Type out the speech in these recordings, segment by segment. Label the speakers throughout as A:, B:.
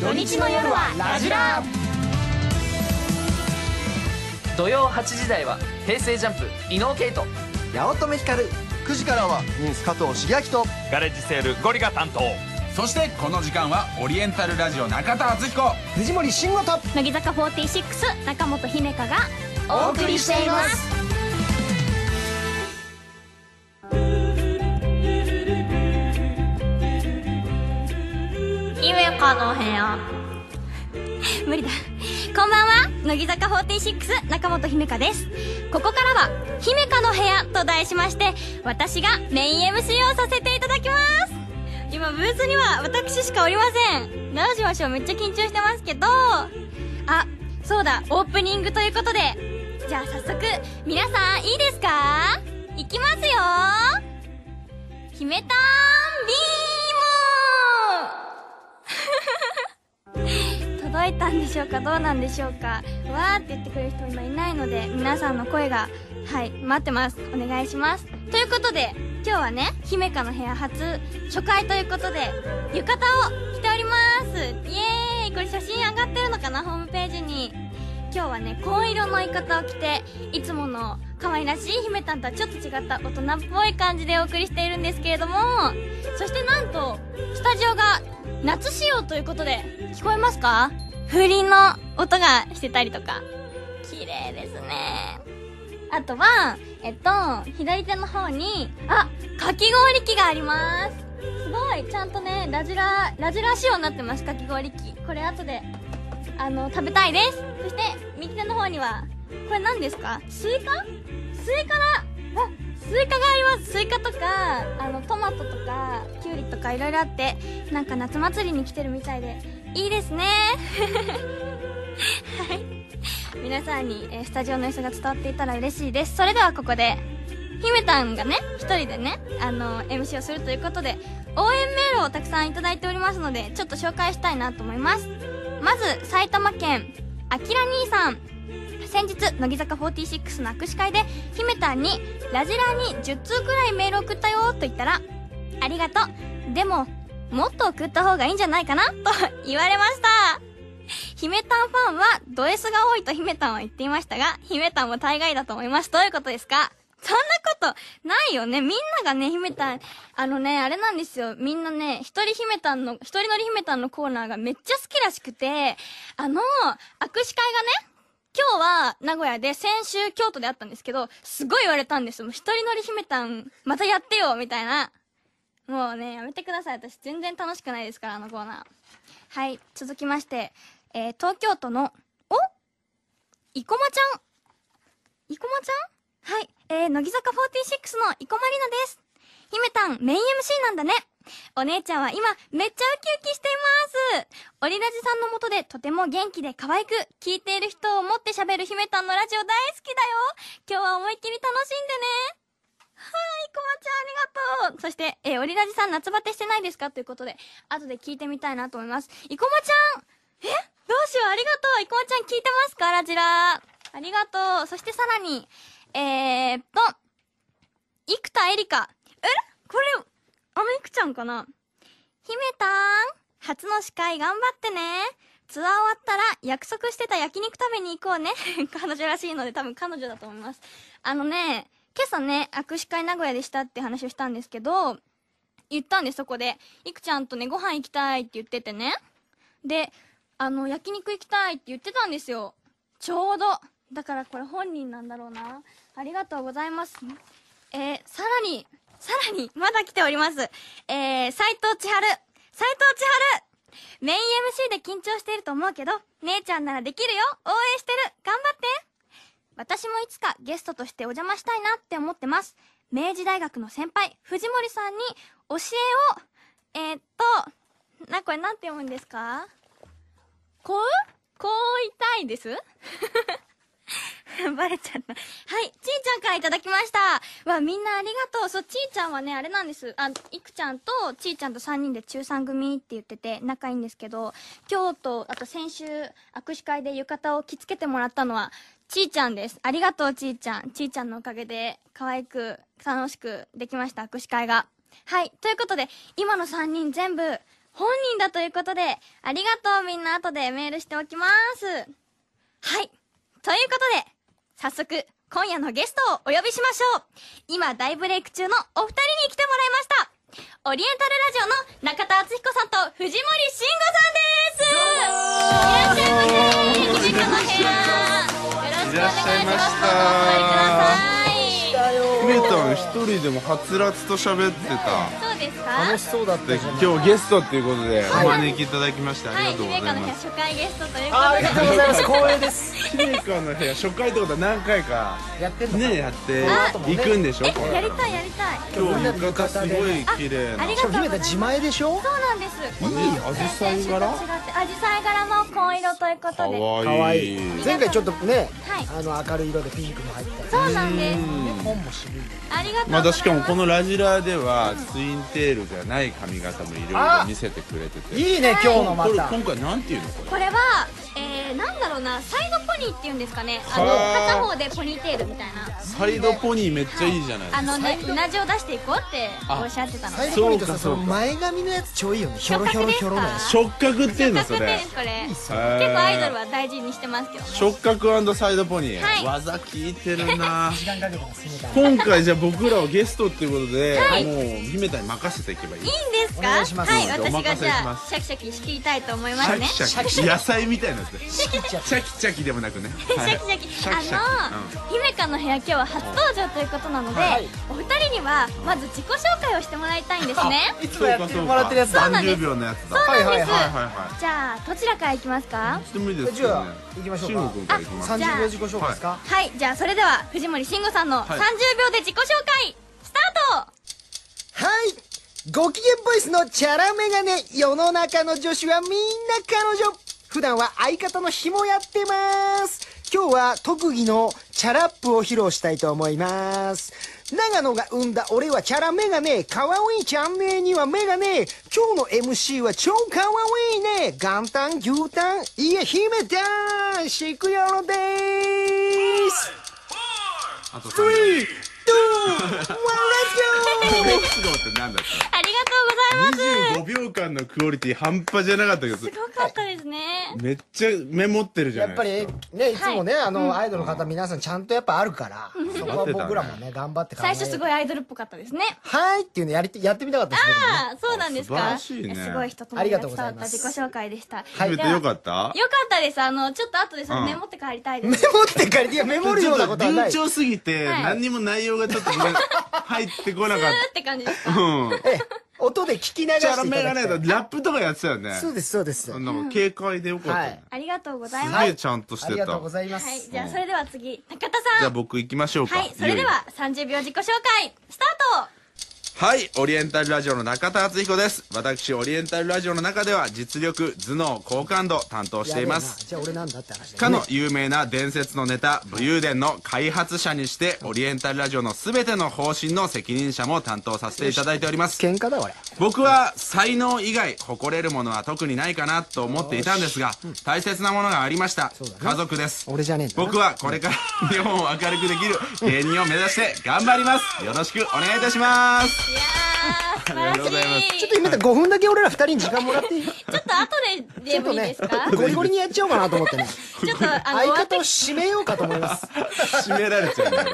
A: 土日の夜はラジラ
B: 土曜8時台は平成ジャンプ伊野尾慶斗
C: 八乙女光9時からはニュース加藤茂明と
D: ガレージセールゴリが担当
E: そしてこの時間はオリエンタルラジオ中田敦彦
C: 藤森慎吾と
A: 乃木坂46中本姫香が
B: お送りしています
A: 夢かの部屋無理だこんばんは乃木坂46中本姫香ですここからは「姫香の部屋」と題しまして私がメイン MC をさせていただきます今ブースには私しかおりませんどうしましょうめっちゃ緊張してますけどあそうだオープニングということでじゃあ早速皆さんいいですかいきますよ姫たんビーム届いたんでしょうかどうなんでしょうかわーって言ってくれる人も今いないので皆さんの声がはい待ってますお願いしますということで今日はね姫香の部屋初初回ということで浴衣を着ておりますイエーイこれ写真上がってるのかなホームページに今日はね紺色の浴衣を着ていつもの可愛らしい姫たんとはちょっと違った大人っぽい感じでお送りしているんですけれどもそしてなんとスタジオが夏仕様ということで聞こえますか風鈴の音がしてたりとか綺麗ですねあとはえっと左手の方にあかき氷機がありますすごいちゃんとねラジララジラ仕様になってますかき氷機これ後であの食べたいですそして右手の方にはこれ何ですかスイカスイカだあスイカがありますスイカとかあのトマトとかキュウリとかいろいろあってなんか夏祭りに来てるみたいでいいですね はい皆さんに、えースタジオの様子が伝わっていたら嬉しいですそれではここで姫たんがね一人でねあの MC をするということで応援メールをたくさんいただいておりますのでちょっと紹介したいなと思いますまず埼玉県あきら兄さん先日乃木坂46の握手会で姫たんに「ラジラーに10通くらいメール送ったよ」と言ったら「ありがとうでももっと送った方がいいんじゃないかな」と言われました姫たんファンはド S が多いと姫たんは言っていましたが姫たんも大概だと思いますどういうことですかそんなことないよね。みんながね、姫たん、あのね、あれなんですよ。みんなね、一人姫たんの、一人乗り姫たんのコーナーがめっちゃ好きらしくて、あの、握手会がね、今日は名古屋で、先週京都であったんですけど、すごい言われたんですよ。もう一人乗り姫たん、またやってよみたいな。もうね、やめてください。私全然楽しくないですから、あのコーナー。はい、続きまして、えー、東京都の、お生駒ちゃん生駒ちゃんはい、えー、乃木坂46の生駒里奈です。姫たん、メイン MC なんだね。お姉ちゃんは今、めっちゃウキウキしています。オリラジさんのもとで、とても元気で可愛く、聞いている人を思って喋る姫たんのラジオ大好きだよ。今日は思いっきり楽しんでね。はい、こまちゃんありがとう。そして、えー、オリラジさん夏バテしてないですかということで、後で聞いてみたいなと思います。いこまちゃんえどうしよう、ありがとう。いこまちゃん聞いてますかラジラありがとう。そしてさらに、えーっと、生田絵梨香。えこれ、あのいくちゃんかな姫たん、初の司会頑張ってね。ツアー終わったら約束してた焼肉食べに行こうね。 彼女らしいので多分彼女だと思います。あのね、今朝ね、握手会名古屋でしたって話をしたんですけど、言ったんです、そこで。いくちゃんとね、ご飯行きたいって言っててね。で、あの、焼肉行きたいって言ってたんですよ。ちょうど。だからこれ本人なんだろうな。ありがとうございます。えー、さらに、さらに、まだ来ております。えー、斎藤千春。斎藤千春メイン MC で緊張していると思うけど、姉ちゃんならできるよ応援してる頑張って私もいつかゲストとしてお邪魔したいなって思ってます。明治大学の先輩、藤森さんに教えを、えー、っと、な、これなんて読むんですかこうこう痛いです バレちゃった。はい、ちーちゃんからいただきました。わ、みんなありがとう。そう、ちーちゃんはね、あれなんです。あ、いくちゃんとちーちゃんと3人で中3組って言ってて仲いいんですけど、今日と、あと先週、握手会で浴衣を着付けてもらったのは、ちーちゃんです。ありがとう、ちーちゃん。ちーちゃんのおかげで、可愛く、楽しくできました、握手会が。はい、ということで、今の3人全部、本人だということで、ありがとうみんな後でメールしておきます。はい。ということで、早速、今夜のゲストをお呼びしましょう。今大ブレイク中のお二人に来てもらいました。オリエンタルラジオの中田敦彦さんと藤森慎吾さんです。いらっしゃいませ。姫香の部屋。よろしくお願いします。
E: いらっしゃいました
A: お座りください。
E: 姫たん一人でもはつらつと喋ってた
A: そうですか
F: 楽しそうだった
E: で
F: じゃん
E: 今日ゲストっていうことでお招きいただきましてあ
A: は
E: りが
A: い、
E: とうご
A: 姫香
E: ざい
A: の部屋
E: ます
A: 初回ゲストという
F: ああり
A: こ
F: がとうございます光栄です
E: 姫香の部屋初回ってことは何回か
F: やってんのかな
E: ねやって行くんでしょこと
A: で。
E: れ
A: やりたいやりたい。
E: 今日浴衣すごい綺麗
A: あ
E: な
A: りが
F: し
A: と
F: か
A: う
F: も
A: ござ
F: 姫
A: いま
F: た
A: す。
F: 自前でしょ
A: そうなんです。
E: いい紫陽花柄
A: アジサイ柄の紺色ということ
F: か
A: で。は
E: か
F: わ
E: わ
F: い
E: い
F: い
E: い
F: 前回ちょっとね
A: い。
F: あの明るい色でピンクも入ったり
A: そうなんです。
F: 本も渋い
A: ありがとうございます。
E: またしかもこのラジラではツインテールじゃない髪型もいろいろ見せてくれてて
F: いいね今日のま
E: これ
F: た
E: 今回なんていうのこれ
A: これは、えー、なんだろうな、サイドポニーっていうんですかね。あの
E: は
A: 片
E: あ
A: 方でポニーテールみたいな。
E: サイドポニーめっちゃいいじゃないです
A: あ
E: か
A: のね、うなじを出していこうっておっしゃってたの
F: サ
A: で。
F: イドポイントさ
E: そう
F: そ
E: かそう
F: の
E: か
F: 前髪のやつ超いいよねひょろひょろひょろなやつ
E: 触覚っていうのそ
A: 触覚
E: れ
A: ですこれ。結
E: へー
A: 構アイドルは大事にしてますけど。
E: 触覚サイドポニー、
A: はい
E: 技聞いてるな
F: 時間かけてます姫たん
E: 今回じゃあ僕らをゲストっていうことで、もう姫たに任せていけばいい
A: いいんですか
F: お願いします
A: はい、
E: どうぞ
A: 私がじ
E: お任せし
A: ゃあ
E: ま、す
A: シャキシャキ仕切りたいと思いま
E: シ
A: す
E: ャ
A: ね。
E: キシャキ野菜みたいなやつでシ
F: 切っちゃっ
E: ャキシャキでもなくね、
A: シ
E: はい
A: ャキシ
E: シ
A: ャ
E: ャキシ
A: キ。
E: ャキ
A: あの、姫香の部屋今日は初登場ということなので、お二人にはまず自己紹介をしてもらいたいんですね。
F: たいつもやってもらってるやつだ
A: うなんです
E: 30秒のやつだ
A: そうなん
F: はい
A: で
F: は
A: す
F: い。
E: はいは
A: じゃあどちらから行きますか
E: い。してもいいです
F: じゃ
E: よ
F: あ
E: ね
F: 行きましょう
E: 慎
F: か
E: 吾君からいきます
A: あ
F: 30秒自己紹介ですか
A: はい、じゃあそれでは藤森慎吾さんの30
E: はい
A: 秒で自己紹介スタート。
F: はいご機嫌ボイスのチャラメガネ世の中の女子はみんな彼女普段は相方の紐やってます今日は特技のチャラップを披露したいと思います長野が生んだ俺はチャラメガネかわいいチャンネルにはメガネ今日の MC は超かわいいね元旦牛タンいえ姫だんシクヨロでーす
E: あと3秒レッツ
F: ワンレッツゴー
E: ゴーって
A: ありがとう
E: 何だっ
A: ございます。
E: た25秒間のクオリティ半端じゃなかったけど
A: すごかったですね。
E: めっちゃメモってるじゃ
F: やっ
E: な
F: ぱり
E: いですか
F: ねいつもね、あのアイドルの方皆さんちゃんとやっぱあるから、そこは僕らもね頑張って考え
A: 最初すご
F: い
A: いアイドルっぽかったですね。
F: はいっていうのやりてやってみたかったです僕もね
A: ああ、そうなんですか。
E: あ素晴らしいね
A: すごい人とも
F: あり
A: 伝
F: がと
A: わ
F: うご
A: っ
F: ざ
A: た
F: います
A: 自己紹介でした。
F: はい
E: 決めてよかった
A: よかったです。あの、ちょっと後でそれ
E: うん
A: メモって帰りたい
F: メ
A: です。
F: モって借りていやメモるようなことはない
E: ちょっと流暢すぎて、
A: はい
E: 何にも内容がちょっとね入ってこなかっ
A: うーって感じですか
E: た。うん。
F: ええ音で聞き流してい
E: チャ
F: た
E: ラ
F: だき
E: メ
F: た
E: ガネだ
F: い
E: ラップとかやってたよね。
F: そうですそうです
E: あなんか軽快でよかったね。
A: ありがとうござい
E: す
A: ます。
E: げえちゃんとし
F: あ
E: て
F: り
E: た。
F: が
E: じ
F: とうご
E: ゃ
F: ざいま
A: はい、
F: す
A: じゃあそれでは次、中田さ
E: あ
A: ん。
E: 僕行きましょうか。
A: はい、それで
E: いよいよ。
A: は30秒自己紹介、スタート
E: はい、オリエンタルラジオの中田敦彦です。私、オリエンタルラジオの中では実力、頭脳、好感度担当しています。
F: やべえなじゃあ俺なんだって話だ
E: か
F: よね
E: の有名な伝説のネタ「武勇伝」の開発者にしてオリエンタルラジオの全ての方針の責任者も担当させていただいております
F: 喧嘩だ俺
E: 僕は才能以外誇れるものは特にないかなと思っていたんですが大切なものがありました
F: うだな
E: 家族です
F: 俺じゃねえんだな
E: 僕はこれから日本を明るくできる芸人を目指して頑張りますよろしくお願いいたします
A: いやー、素晴ら
E: ありがとうございま
A: しい。
E: す
A: ち
F: ちょ
A: ょ
F: っと今だ5分だけ俺ら2人に時間もらっていいち
A: っと後 でで
F: ょっ
A: も
F: と
A: いいで
F: ね
A: すか
F: ゴリゴリにやっちゃおうかなと思ってね
A: ちょっと、あの、終
F: 相
A: わって
F: 方を締めようかと思います
E: 締められちゃうんだよ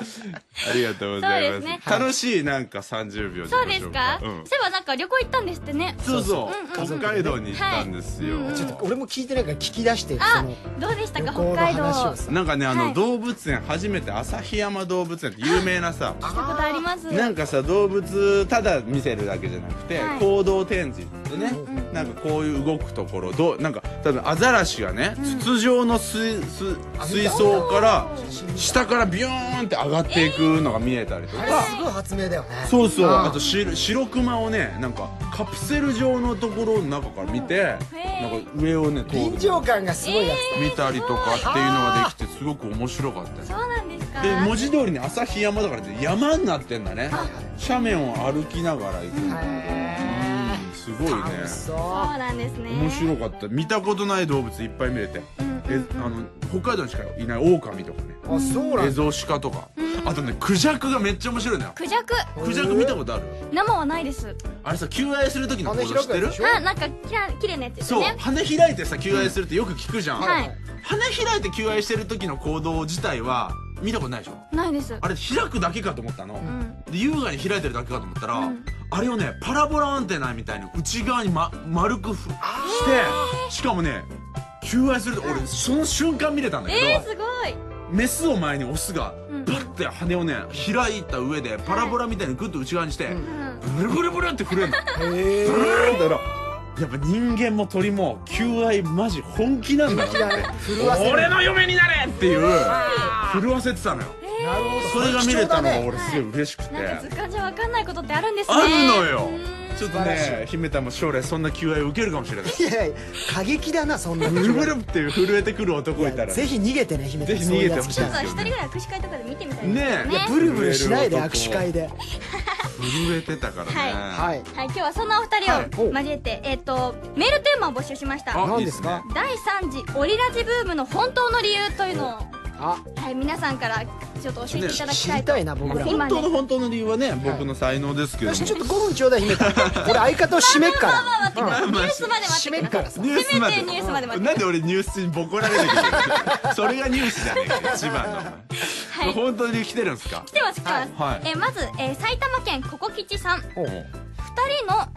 E: ありがとうござい
A: そ
E: ま
A: う
E: す
A: ですね
E: 楽しいなんか30秒
A: そうですか、
E: うん
A: そういえばなんか旅行行ったんですってね。
E: そうそう北海道に行ったんですよ、
F: ちょっと俺も聞いてないから聞き出してそ
A: あ
F: の、
A: どうでした
F: 旅
A: か、北
F: 行の
A: 海道。
F: 話
A: 行
F: を
A: っ
F: さ
E: なんかねあの、
A: はい
E: 動物園初めて旭山動物園って有名なさ
A: たことあります。
E: なんかさ動物ただ見せるだけじゃなくて、
A: はい
E: 行動展示ってね、なんかこういう動くところどうなんか多分アザラシがね、筒状の水水水槽から下からビューンって上がっていくのが見えたりとか、
F: すごい発明だよね
E: そうそう
F: あ
E: あとし白クマをねなんかカプセル状のところの中から見て、
A: へー
E: なんか上をね通
F: 臨
E: る
F: 場感がすごいやつ
E: 見たりとかっていうのができてすごく面白かったよ
A: そうなんですか
E: で文字通りに旭山だからって山になってんだね斜面を歩きながら行く
F: だ、へ
E: うんすごいね
F: え楽しそう
A: そうなんですね。
E: 面白かった見たことない動物いっぱい見れて、えあの北海道にしかいないオオカミとかね
F: あそうなん
E: エ
F: だ
E: ゾシカとか、あとねクジャクがめっちゃ面白いのよ
A: クジャク
E: クジャク見たことある
A: 生はないです
E: あれさ求愛する時の行動
F: 羽開
E: 知っ
F: くや
E: て
F: つ
E: る
F: でしょ
A: あなんかきら綺麗なやつです
E: そう
A: ね
E: 羽開いてさ求愛するってよく聞くじゃん、
A: はい
E: 羽開いて求愛してる時の行動自体は見たことないでしょ
A: ないです
E: あれ開くだけかと思ったの、
A: ん
E: で優雅に開いてるだけかと思ったら、
A: うん
E: あれをねパラボラアンテナみたいに内側に、ま、丸くふしてしかもね求愛する俺その瞬間見れたんだけど、
A: えー、すごい
E: メスを前にオスが
A: うん
E: パッて羽をね開いた上でパラボラみたいにグッと内側にして
A: うん
E: ブルブルブルって震えるのブルーンってやろやっぱ人間も鳥も求愛マジ本気なんだなって
F: 震わせる
E: 俺の嫁になれっていう震わせてたのよ
F: なるほど
E: それが見れたのが俺すごい嬉しくて
A: なんか図鑑じゃわかんないことってあるんですね
E: あんのよ
A: うん
E: ちょっとね姫たんも将来そんな求愛を受けるかもしれない
F: いやいや過激だなそんな
E: ブルブルっていう震えてくる男いたら
F: ぜひ逃げてね姫
E: ぜひ逃げてほしい
A: ちょっと一人ぐらい握手会とかで見てみたいです
E: ねえ
A: ね
E: いや
F: ブルブルしないで
E: 震える
F: 握
E: 男
F: 手会で
E: 震えてたからね
A: は
F: はい
A: はい今日はそんなお二人を交えて、えっ、とメールテーマを募集しました
E: あ
F: 何
E: いい
F: で
E: ですす
F: か
E: ね
A: 第3次オリラジブームの本当の理由というのを、
F: あ
A: はい、皆さんからちょっと教えていただき
F: 知
A: たい
F: り
A: と
F: たいな僕ら
A: 今
E: 本当の本当の理由はね僕の才能ですけど
F: よ
E: も
F: しちょっと5分ちょうだい姫たん俺相方を締めっか
A: まあ待ってくださいニュースまで
F: ら
A: 待
F: 締
A: って
F: め
A: く
F: っ
A: ださ
F: か
A: い
F: らさ
E: ニュー
A: せ
E: スまで
A: めてニュースまで待って
E: なんで俺ニュースにボコられなきゃいけないのそれがニュースじゃねえかよ一番の、
A: はい
E: 本当に来てるんですか
A: 来てます来てます、
E: はい
A: えーまず、えー埼玉県ココ吉さん
E: おう
A: 2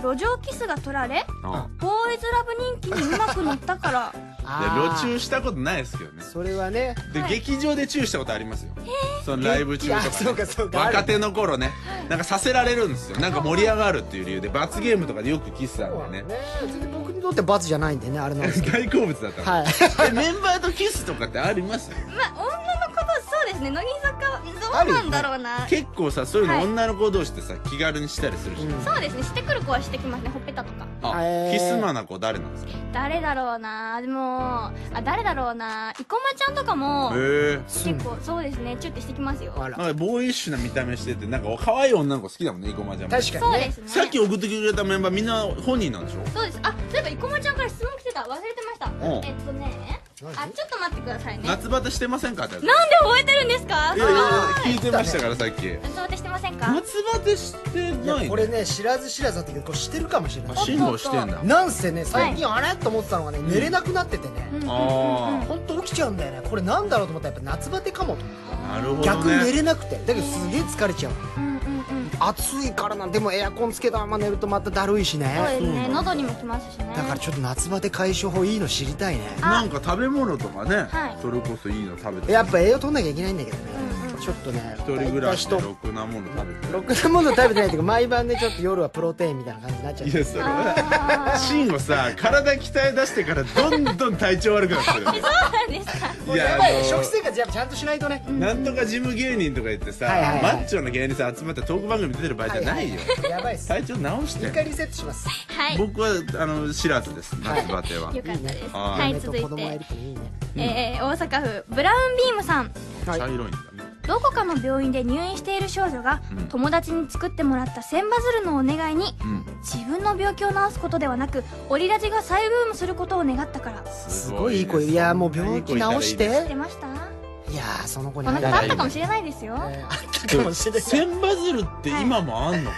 A: 人の路上キスが取られ
E: あ
A: ボーイズラブ人気にうまく乗ったから
E: あ
F: あ
E: 路
F: ー
E: 中したことないですけどね
F: それはね
E: で、劇場でチューしたことありますよそのライブ中とか,、
F: あそうかそうか
E: 若手の頃ねなんかさせられるんですよなんか盛り上がるっていう理由で罰ゲームとかでよくキスたんだよね
F: ね全然僕にとって罰じゃないんでねあれなんですけ
E: 大好物だった
F: ど
E: の、
F: はい
E: でメンバーとキスとかってあります
A: まあ女の子とそうですね乃木坂どうなんだろうな、
E: 結構さそういう
A: は
E: の
A: い
E: 女の子同士ってさ気軽にしたりするじゃん、
A: そうですねしてくる子はしてきますねほっぺたとか
E: あ
F: へー
E: キスマな子誰なんですか
A: 誰だろうなでもあ誰だろうな生駒ちゃんとかも
E: へえ
A: 結構そうですねチュってしてきますよ
F: あら
E: なんかボーイッシュな見た目しててなんか可愛い女の子好きだもんね生駒ちゃんも
F: 確か
A: そ
F: に
A: う
F: ね
A: ですね
E: さっき送ってくれたメンバーみんな本人なんでしょ
A: そうですあそういえば生駒ちゃんから質問来てた忘れてました
E: ん
A: えっとねあちょっと待ってくださいねなんで
E: 夏バテしてませんかってやつ
A: 覚えてるんですか
E: いやいやいや聞いてましたからさっき
A: 夏バテしてませんか
E: 夏バテして
F: い
E: ない
F: や
E: ね
F: これね知らず知らずだったけどこれ知ってるかもしれない
E: あ辛抱してんだ
F: なんせね最近あれと思ってたのがね寝れなくなってて
A: う
F: ね
A: ん
E: あ
F: ほんと起きちゃうんだよねこれなんだろうと思ったらやっぱ夏バテかもと思って
E: あなるほどね
F: 逆に寝れなくてだけどすげえ疲れちゃう
A: うんうんうん
F: 暑いからなんでもエアコンつけたまま寝るとまただるいし
A: そうで
F: ね
A: すね喉にもきますしね
F: だからちょっと夏バテ解消法いいの知りたいね
E: なんか食べ物とかね、
A: はい
E: それこそいいの食べて
F: やっぱ栄養取んなきゃいけないんだけどね
A: うんうん
F: ちょっとね
E: 一人暮らしで
F: 大体人
E: ろくなもの食べて
F: ろくなもの食べてないというか毎晩ねちょっと夜はプロテインみたいな感じになっちゃう
E: いやそれ
A: あ
E: はシンをさ体鍛え出してからどんどん体調悪くなってるよね
A: そうなんですか
F: もう
E: いや
F: やばい
E: あ
F: ね
E: の
F: 食生活やっぱちゃんとしないとね
E: なんとかジム芸人とか言ってさ、
F: はいはいはい
E: マッチョな芸人さん集まってトーク番組出てる場合じゃないよ、
F: やばいっす
E: 体調直し
F: 一回
E: て
F: リセットします
A: はいよ
E: 僕はあの知らずです夏バテは
A: かったです
E: あー
A: はい続い
F: 子供がい
A: て
F: るといいね
A: えー大阪府ブラウンビームさん
E: 茶色いんだね
A: どこかの病院で入院している少女が、友達に作ってもらった千羽鶴のお願いに、自分の病気を治すことではなくオリラジが再ブームすることを願ったから
F: すごいいい子いやもう病気治して
A: 知ってました
F: いやーその子に
A: お
F: 会い
A: 腹
F: たい
A: があったかもしれないですよ、
F: ねあったかもしれない
E: 千羽鶴って今もあんのかね、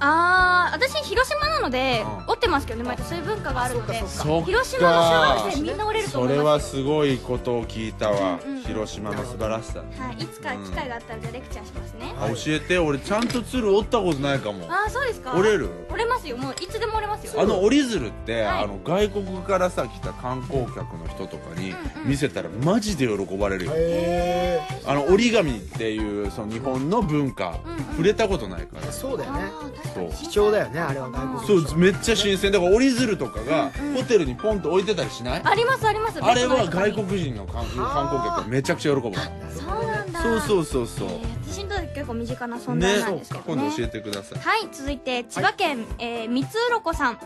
A: あー私広島なので
E: う
A: 折
E: ん
A: ってますけどね毎年そういう文化があるので
E: そっか
A: 広島の小学生みんな折れると
E: そ
A: 思い
E: れ
A: ま
E: は
A: す
E: すごいことを聞いたわ、
A: うんうん
E: 広島の素晴らしさ、
A: はい、いつか機会があったらじゃあレクチャーしますね、
E: あ教えて俺ちゃんと鶴折ったことないかも
A: ああそうですか
E: 折れる
A: 折れますよもういつでも折れますよ
E: あの折り鶴って、
A: はい
E: あの外国からさ来た観光客の人とかに
A: うんうん
E: 見せたらマジで喜ばれるよ、
F: へ
E: あの折り紙っていうその日本の文化、
A: うんうん
E: 触れたことないから
F: えそうだよね
A: あー確かに
F: 貴重だよねあれは外国
E: そうめっちゃ新鮮だから折り鶴とかが
A: うんうん
E: ホテルにポンと置いてたりしない、
A: ありますあります
E: あれは
A: 別の人に
E: 外国人の観観光客がめちゃくちゃ喜ぶわ
A: そうなんだ
E: そうそうそうそう、
A: えー私にとって結構身近な存在なんですけどね
E: 今度教えてください
A: はい続いて千葉県、えー三つうろこさん、
E: ん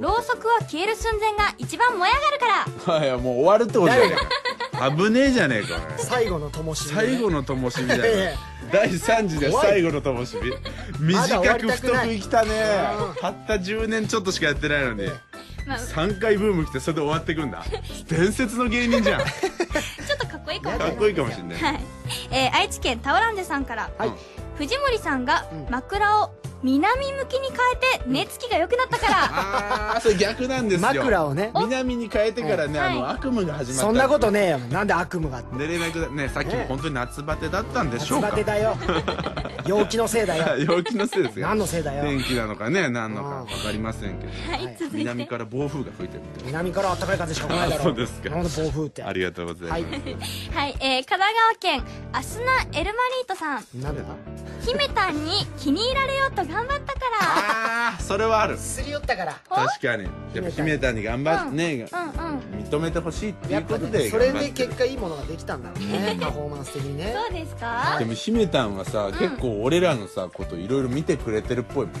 A: ろうそくは消える寸前が一番燃え上がるから
E: はいやもう終わるってことだよ危ねえじゃねえかおい
F: 最後の灯し
E: 最後の灯火みたいない
F: やいや
E: 第3次で
F: 怖い
E: 最後の灯火
F: まだ終わ
E: 短
F: り
E: く
F: たく
E: 太
F: ない
E: く生きたね
F: うん
E: たった10年ちょっとしかやってないのに
A: まあ、ち
E: 3回ブーム来てそれで終わってくんだ伝説の芸人じゃんか
A: ょっとかっこいいかもしれない
E: っこいいかもしんない
A: はいえー愛知県タオランデさんから、
F: はい
A: 藤森さんが枕を南向きに変えて寝つきが良くなったから
E: ああそれ逆なんですよ
F: 枕をね
E: 南に変えてからね、
A: はい
E: あの悪夢が始まった
F: そんなことねえよなんで悪夢があって
E: 寝れなくなねさっきも本当に夏バテだったんでし
F: 夏
E: ょう
F: バ
E: か
F: テだよ陽気のせいだよ
E: 陽気のせいですよ
F: 何のせいだよ
E: 天気なのかね何のか
F: うん
E: 分かりませんけど
A: はい続いて
E: 南から暴風が吹いてるって
F: 南から暖かい風しか来ないだろ
E: あそうですか
F: なんで暴風って
E: ありがとうございます、
F: はい
A: はい、えー、神奈川県アスナ・エルマリートさん
F: なんでだ
A: 姫たんに気に入られようと頑張ったか
E: ああそれはある
F: すり寄ったから
A: ら
E: 確かにやっぱ姫谷頑張ってね、
A: うんうん
E: 認めてほしいってい
F: や
E: う
F: っ
E: こ
F: ぱ
E: と
F: ね
E: で
F: そ
E: 頑張って
F: れで結果いいものができたんだろうねパフォーマンス的にね
A: そうですか
E: でも姫たんはさ、結構俺らのさこといろいろ見てくれてるっぽいもんね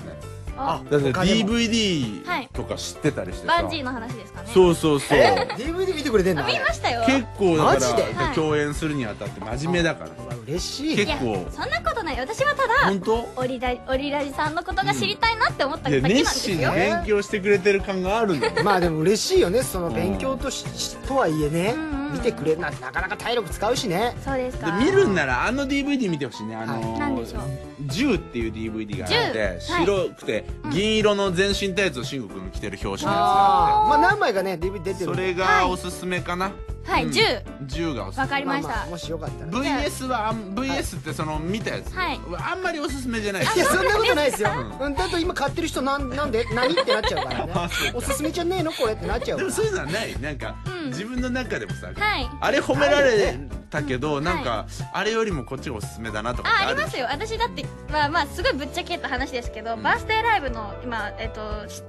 A: あ
E: だって
F: 他でも
A: はい
E: DVD とか知ってたりしてさ、
A: バンジーの話ですかね
E: そうそうそう
F: DVD 見てくれてん
A: あ
F: だ
A: 見ましたよ
E: 結構だ
F: マジで
E: から共演するにあたって真面目だから
F: うわ嬉しい
E: 結
A: いや
E: 構
A: そんなことない私はた
E: 本
A: だ
E: 当
A: オリラオリラジさんのことが知りたいなって思っただ
E: い
A: けな
E: や
A: んで
E: 熱
A: す
E: 心に
A: よ、
E: 勉強してくれてる感がある のよ
F: まあでも嬉しいよねその
E: うん
F: 勉強とし、しとはいえね、
A: うんうん
F: 見てくれるなんてなかなか体力使うしね
A: そうです
E: で
A: か
E: 見るんならあの DVD 見てほしいねあの
A: なんでしょう
E: 銃っていう DVD があって
A: 銃はい
E: 白くて銀色の全身タイツを慎吾君が着てる表紙のやつがあ
F: あーまあ何枚かね DVD 出
E: って
F: て
E: そ
F: る
E: れ
A: はい
E: がおすすめかな
A: はい、
E: うん
A: 10
E: 銃がおすす
A: わ
E: め
A: かりました、
F: ああ、もしよかったら、
A: じゃあ
E: VS はあん VS ってその見たやつ
A: はい
E: あんまりおすすめじゃない
F: いやそんなことないですよ、
E: う
F: うん、だと今買ってる人なんなんで何ってなっちゃうからね
E: あそうか
F: おすすめじゃねえのこれってなっちゃう
E: で
F: か
E: も
F: ら
E: そういうのはないなんか
A: うん
E: 自分の中でもさ
A: はい
E: あれ褒められたけ
A: う
E: ど
A: ん
E: なんかあれよりもこっちがおすすめだなとかって
A: ああり
E: る
A: ますよ私だってまあまあすごいぶっちゃけた話ですけど、バースデーライブの今、えっと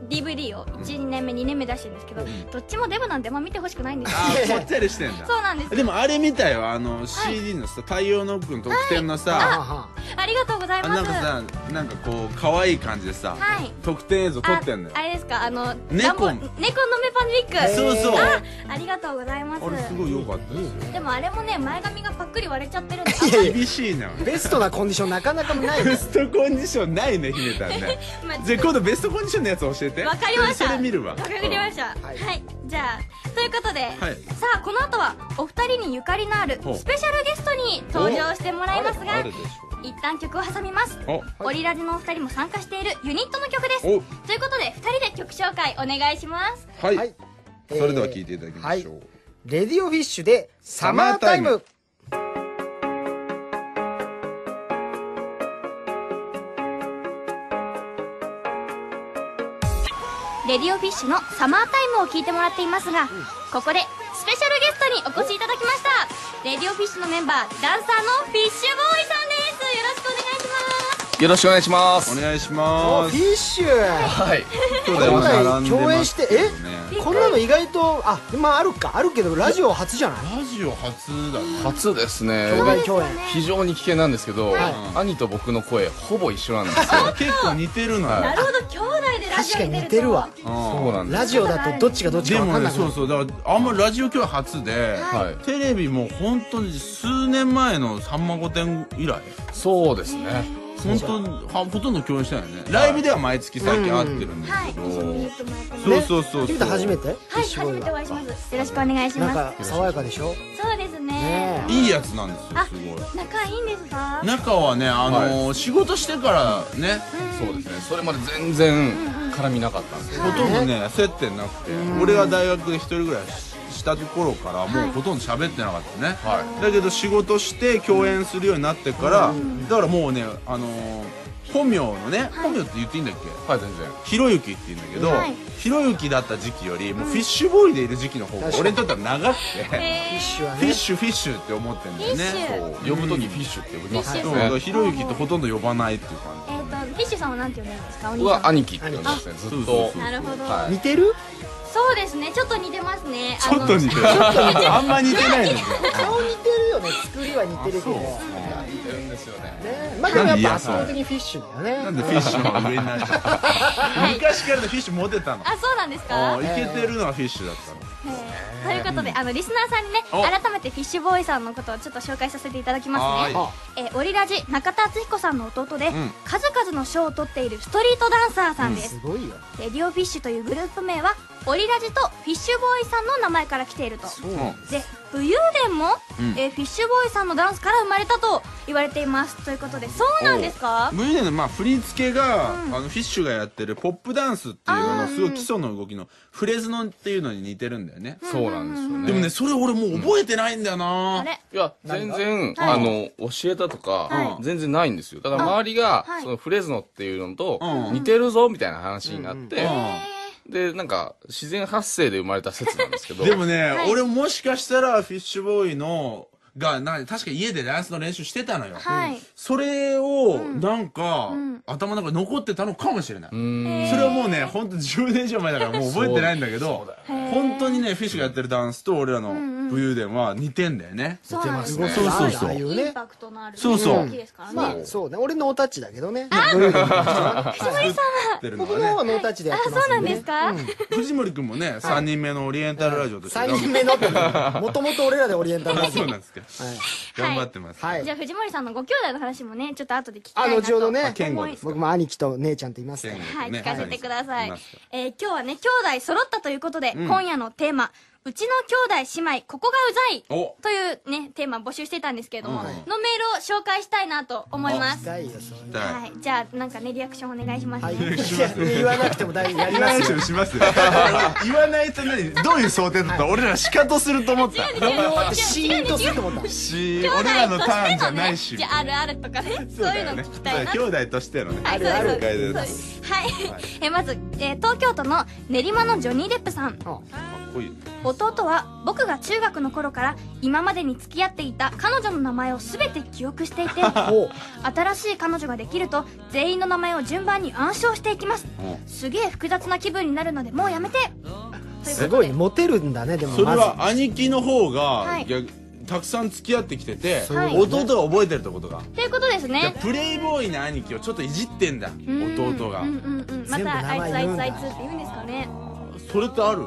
A: DVD を12年目2年目出してるんですけど、どっちもデブなんであんま見てほしくないんですよ
E: あーぽっちゃりしてんだ
A: そうなんです
E: でもあれみたいわあの CD のさ「太陽ノック」の特典のさ
F: あ
A: ありがとうござい
E: あ
A: ます
E: なんかさなんかこう可愛い感じでさ
A: はい
E: 特典映像撮ってんだよ
A: ああれですかあの
E: 猫
A: ランボ猫の目パンデミック
E: そうそう
A: あありがとうございます
E: あれすごい良かったですよ
A: でもあれもね前髪がパックリ割れちゃってるんで
F: いやいや
E: 厳しいな
F: ベストなコンディションなかなかないで
E: ベ
F: す
E: ストコンディションないね姫たんね
A: まあ
E: じゃあ今度ベストコンディションのやつ教えて
A: わかりました
E: それ見るわ
A: わかりました、
F: は
A: はいい、じゃあということで、
E: はい
A: さあこの後はお二人にゆかりのある
E: ほう
A: スペシャルゲストに登場してもらいます
E: うんあ
A: が
E: るでし
A: 一旦曲を挟みます
E: ょお
A: オリラジのお二人も参加しているユニットの曲ですとい
E: お
A: うことで二人で曲紹介お願いします
E: はい、
F: はい
E: それでは聞いていただきましょう、
F: はいレディオフィッシュでサマータイム
E: サマー
A: レディオフィッシュのサマータイムを聞いてもらっていますが、ここでスペシャルゲストにお越しいただきましたレディオフィッシュのメンバーダンサーのフィッシュボーイさんですよろしくお願いします
B: よろしくお願いします
E: お願いし
F: お
E: ま
F: フ
E: す
F: ィッシュ
B: はい
F: 兄
E: 兄
F: 弟共演してえ
A: え
F: こんなの意外とあまああるかあるけどラジオ初じゃない
E: ラジオ初だね
B: 初ですね
F: 兄弟共演
B: 非常に危険なんですけど、兄と僕の声ほぼ一緒なんですよ
E: 結構似てるの
A: な
E: よ
A: るほど兄弟でラ
F: 確
A: ジオ
F: かに
A: に出ると
F: 似てるわ
B: そうなんです
F: ラジオだとどっちがどっち
E: で
F: か分
E: も
F: かん
E: ね
F: なく
E: そ
F: な
E: う
F: る
E: そうだからあんまりラジオ今日初で、
B: はい
E: テレビも本当に数年前の『さんま御殿』以来
B: そうですね
E: 本当にはほとんど共演してないよねライブでは毎月最近会ってるんです
A: はい
E: けど、
A: 一緒にユニットもやってます
E: そうそうそうそ
F: 君
E: う
F: と初めてフィ
A: は
F: ッ
A: い
F: シュ
A: 初
F: ボー
A: め
F: イ
A: てお
F: は
A: 会いしますよろしくお願いし
F: なん
A: ま
F: か爽やかでしょ
A: すそうですね
F: ね
E: いいやつなんですよ
A: あ
E: すごい
A: 仲いいんですか
E: 中はねあのー仕事してからね
B: そうですねそれまで全然絡みなかったんですけど
E: ほとんどね接点なくて俺が大学で一人ぐらいした頃からもうほとんど喋ってなかったね、
B: は
E: だけど仕事して共演するようになってからだからもうねあのー本名のね本名って言っていいんだっけ
B: はい全然
E: ひろゆきって言うんだけど、
A: はい
E: ひろゆきだった時期よりもうフィッシュボーイでいる時期の方が
F: 確かに
E: 俺にとっては長くて、
F: フィッシュは
E: フィッ
F: ね
E: シュフィッシュって思ってんだよね
A: フィッシュ
B: 呼ぶ時フィッシュって呼びます
A: フィッシ
E: そ
A: ュ
E: う
B: ね
E: だからひろゆきってほとんど呼ばないっていう感じ
A: えっ、とフィッシュさんはなんて呼んでるんですかお兄
B: 僕
A: さん
B: は兄貴って呼んでますねずっ
E: そうそう
B: と
E: そう
A: なるほど、
B: は
F: 似てる
A: そうですねちょっと似てますね
E: ちょっと似て るあんま似てないのよ
F: 顔似てるよね作りは似てるけど
B: 似てるんですよね
F: ねまあでもやっぱ圧
E: なん
F: 倒
E: で
F: 的にフィッシュだ
E: な
F: よ
E: ん
F: ね
E: でフィッシュの方が上になっちゃった
A: はい
E: 昔からのフィッシュモテたの
A: あそうなんです
E: あ
A: か
E: あいけてるのはフィッシュだったの
A: へー ということで、あのリスナーさんにね
E: お
A: 改めてフィッシュボーイさんのことをちょっと紹介させていただきま
E: は
A: す
E: い
A: ね、えーオリラジ中田敦彦さんの弟で、
E: ん
A: 数々の賞を取っているストリートダンサーさんで
F: す、
A: す
F: ごいよ
A: レディオフィッシュというグループ名はオリラジとフィッシュボーイさんの名前から来ていると
E: うん
A: で武勇伝も、えーフィッシュボーイさんのダンスから生まれたと言われていますということでそうなんですか
E: 無理なのまあ振り付けが、あのフィッシュがやってるポップダンスっていうの
A: あー
E: のすごい基礎の動きのフレズノっていうのに似てるんだよね、
B: そうなんですよね。
E: でもねそれ俺もう覚えてないんだよな、
A: あれ
B: いや、全然、
A: はい
B: あの、教えたとか
A: は、
B: 全然ないんですよ。だから周りが
A: は、い
B: そのフレズノっていうのと
E: う、ん
B: 似てるぞ、みたいな話になっ
E: う
B: て、
E: ん
B: で、なんか、自然発生で生まれた説なんですけど。
E: でもね、
A: はい
E: 俺もしかしたらフィッシュボーイのがなんか確か家でダンスの練習してたのよ、
A: はい
E: それをなんか、
A: ん
E: 頭の中に残ってたのかもしれない、
B: うーん
E: それはもうね、ほんと10年以上前だからもう覚えてないんだ けど、本当にね、フィッシュがやってるダンスと俺らの武勇伝は似てんだよね。
A: そうなんです
B: ね
A: ね
E: そうそう
F: ああ
E: そう
F: い。う
A: イン
F: ね。
A: パクトのある
E: そうそう
A: 動きですからね、
F: まあ、そうね。俺ノータッチだけどね。
E: ってるの
F: 僕
E: は
F: の方
E: ね。
F: はノータッチでやってます
A: そうなん
F: で
A: ですか、
E: 藤森くんもね、3人目のオリエンタルラジオとして
F: 3
E: 頑
F: 人
E: 張
F: 目のってもともと俺らでオリエンタル
E: っ
F: ラ
E: て。
F: ジ
E: そ
F: オ
E: う
F: は
E: ないんですけど。頑張ってます。
F: はい
A: じゃあ藤森さんのご兄弟の話もねちょっと後で聞きた
F: あ
A: いなと
F: 後ほどね
E: 健吾ですか
F: 僕も兄貴と姉ちゃんといますから
E: 健
A: はい、聞かせてください。
E: はいますか
A: えー今日はね、兄弟揃ったということで、今夜のテーマ、うちの兄弟姉妹、ここがうざい
E: お
A: というね、テーマ募集してたんですけれども、
E: うん
A: のメールを紹介したいなと思います。は、
F: 大丈夫です
E: らはい
A: じゃあ、なんかね、リアクションお 願いします
F: はい
A: ね。
F: 言わなくても大丈夫や
E: い
F: り
E: 言
F: ま
E: わない
F: す
E: 人
F: よ
E: にしますよ。 言わないと何どういう想定だった俺ら仕方すると思った。
A: 違う 違う違う
F: シーンとすると思った
E: し、
A: 兄弟
E: 俺らの
A: と
E: ターン
A: し
E: じ
A: て
E: ゃ
A: の
E: な
A: ね、
E: いし。
A: じゃあ、あるあるとかね、そういうの聞きたいなと
E: 兄弟としてのね。
A: はい、
F: あ
A: そう
F: る
A: です
E: ある
A: そうです。はい、 えーまず、えー東京都の練馬のジョニー・デップさん。
E: かっこいい。
A: 弟は僕が中学の頃から今までに付き合っていた彼女の名前を全て記憶して いて新しい彼女ができると全員の名前を順番に暗唱していきますすげえ複雑な気分になるのでもうやめて
F: すごいねモテるんだねでも
E: それ
F: まず
E: は兄貴の方
A: は
E: が
A: い
E: 逆たくさん付き合ってきてて、
A: はい
E: 弟が覚えてるってことが、
A: ということです
E: じゃあ
A: ね
E: プレイボーイな兄貴をちょっといじってんだ
A: うん
E: 弟が、
A: うんうんうんま
F: 全部名
A: たあい
F: 前
A: つあい
F: 言うん
A: つ
F: だ
A: あいつって言うんですかね
E: それってある